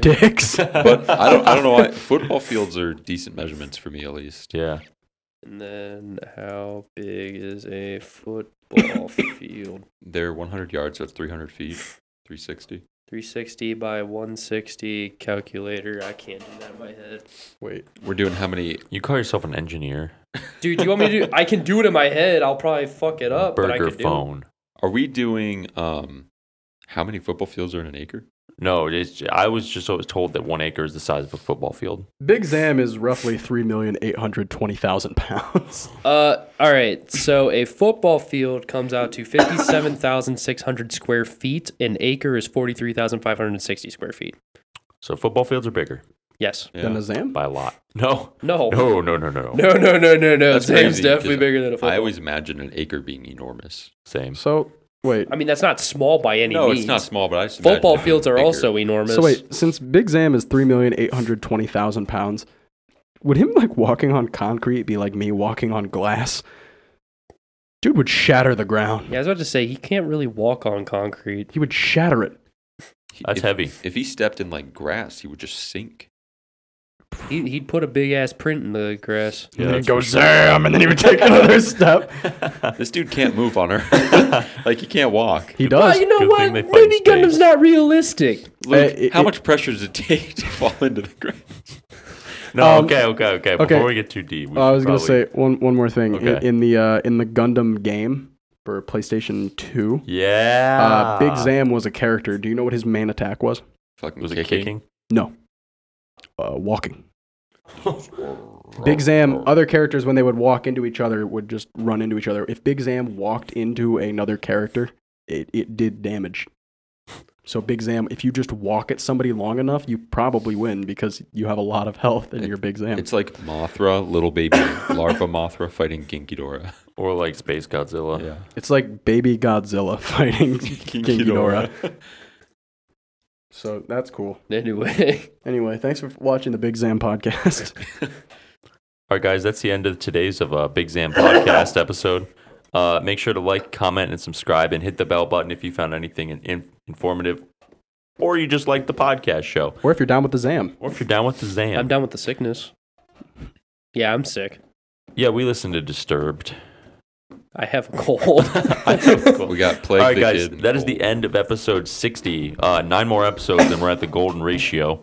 Dicks.
But I don't. I don't know why football fields are decent measurements for me at least.
Yeah.
And then how big is a football field?
They're 100 yards. That's 300 feet. 360.
360 by 160 calculator. I can't do that in my head.
Wait,
We're doing how many?
You call yourself an engineer.
Dude, you want me to do I can do it in my head. I'll probably fuck it up, but I
Burger
can do
phone.
Are we doing? Um, how many football fields are in an acre?
No, it's, I was just always told that one acre is the size of a football field.
Big Zam is roughly three million eight hundred twenty thousand pounds.
it. Uh all right. So a football field comes out to 57,600 square feet. An acre is 43,560 square feet.
So football fields are bigger
Yes.
Yeah.
Then a Zam.
by a lot. No.
No.
No, no, no, no.
No, no, no, no, no.
That's
Sam's
crazy,
definitely
'cause
bigger than a football.
I always imagine an acre being enormous.
Same.
So wait,
I mean, that's not small by any
No,
means.
it's not small, but I just imagine
Football
it
fields are
bigger.
also enormous.
so wait. Since Big Zam is three million eight hundred twenty thousand pounds, would him like walking on concrete be like me walking on glass? Dude would shatter the ground.
Yeah, I was about to say he can't really walk on concrete.
He would shatter it.
He-
That's
if-
heavy.
If he stepped in like grass, he would just sink.
He, he'd put a big ass print in the grass.
Yeah,
and then
that's
he'd go Zam, and then he would take another step.
This dude can't move on her. like he can't walk.
He does.
you know
Good
what?
thing they find
Maybe
space.
Gundam's not realistic.
Luke,
Uh, it-
how
it-
much pressure does it take to fall into the ground?
No,
Um,
okay, okay, okay.
okay.
Before we get too deep, we
Well, Oh, I
should
was gonna
probably-
say one one more thing in,
Okay.
in the uh, in the Gundam game for PlayStation Two.
yeah,
Uh,
Ah.
Big Zam was a character. Do you know what his main attack was?
Fucking
was
kicking.
it kicking?
No, uh, walking. Big Zam. Other characters when they would walk into each other would just run into each other. If Big Zam walked into another character, it it did damage. So Big Zam, if you just walk at somebody long enough, you probably win because you have a lot of health and
It-
you're Big Zam.
It's like Mothra, little baby larva Mothra fighting Ginkidora.
or like Space Godzilla? Yeah.
It's like baby Godzilla fighting King Ghidorah. So that's cool.
Anyway,
Anyway, thanks for watching the Big Zam podcast.
All right, guys, that's the end of today's of uh, Big Zam podcast episode. Uh, make sure to like, comment, and subscribe, and hit the bell button if you found anything in, in, informative, or you just like the podcast show,
or if you're down with the Zam,
or if you're down with the Zam.
I'm done with the sickness. Yeah, I'm sick.
Yeah, we listen to Disturbed.
I have a cold.
We got
All
Plague
right,
the
guys,
Kid.
that is the end of episode 60. Uh, nine more episodes, and we're at the golden ratio.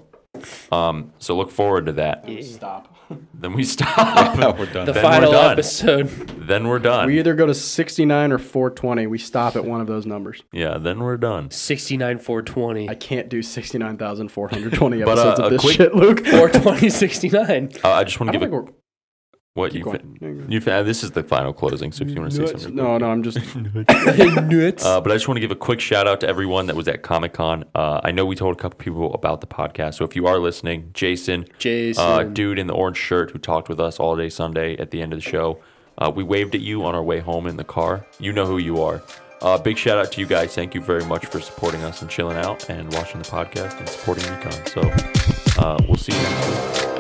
Um, so look forward to that.
stop.
Then we stop.
Yeah, we're done.
the
Then we're
final
done.
episode.
Then we're done.
We either go to 69 or 420. We stop at one of those numbers.
yeah, then we're done.
69 420.
I can't do 69,420
But, uh,
episodes
a
of this
quick-
shit, Luke.
420 69.
Uh, I just want
I don't
to give
think
a
we're,
what
keep
you
going. Yeah,
fin- you fin- uh, this is the final closing. So if you want to say something,
no, no, I'm just.
Nuts.
Uh, but I just want to give a quick shout out to everyone that was at Comic Con. Uh, I know we told a couple people about the podcast. So if you are listening, Jason,
Jason.
uh, dude in the orange shirt who talked with us all day Sunday at the end of the show. Uh, we waved at you on our way home in the car. You know who you are. Uh, big shout out to you guys. Thank you very much for supporting us and chilling out and watching the podcast and supporting Recon. So uh, we'll see you next week.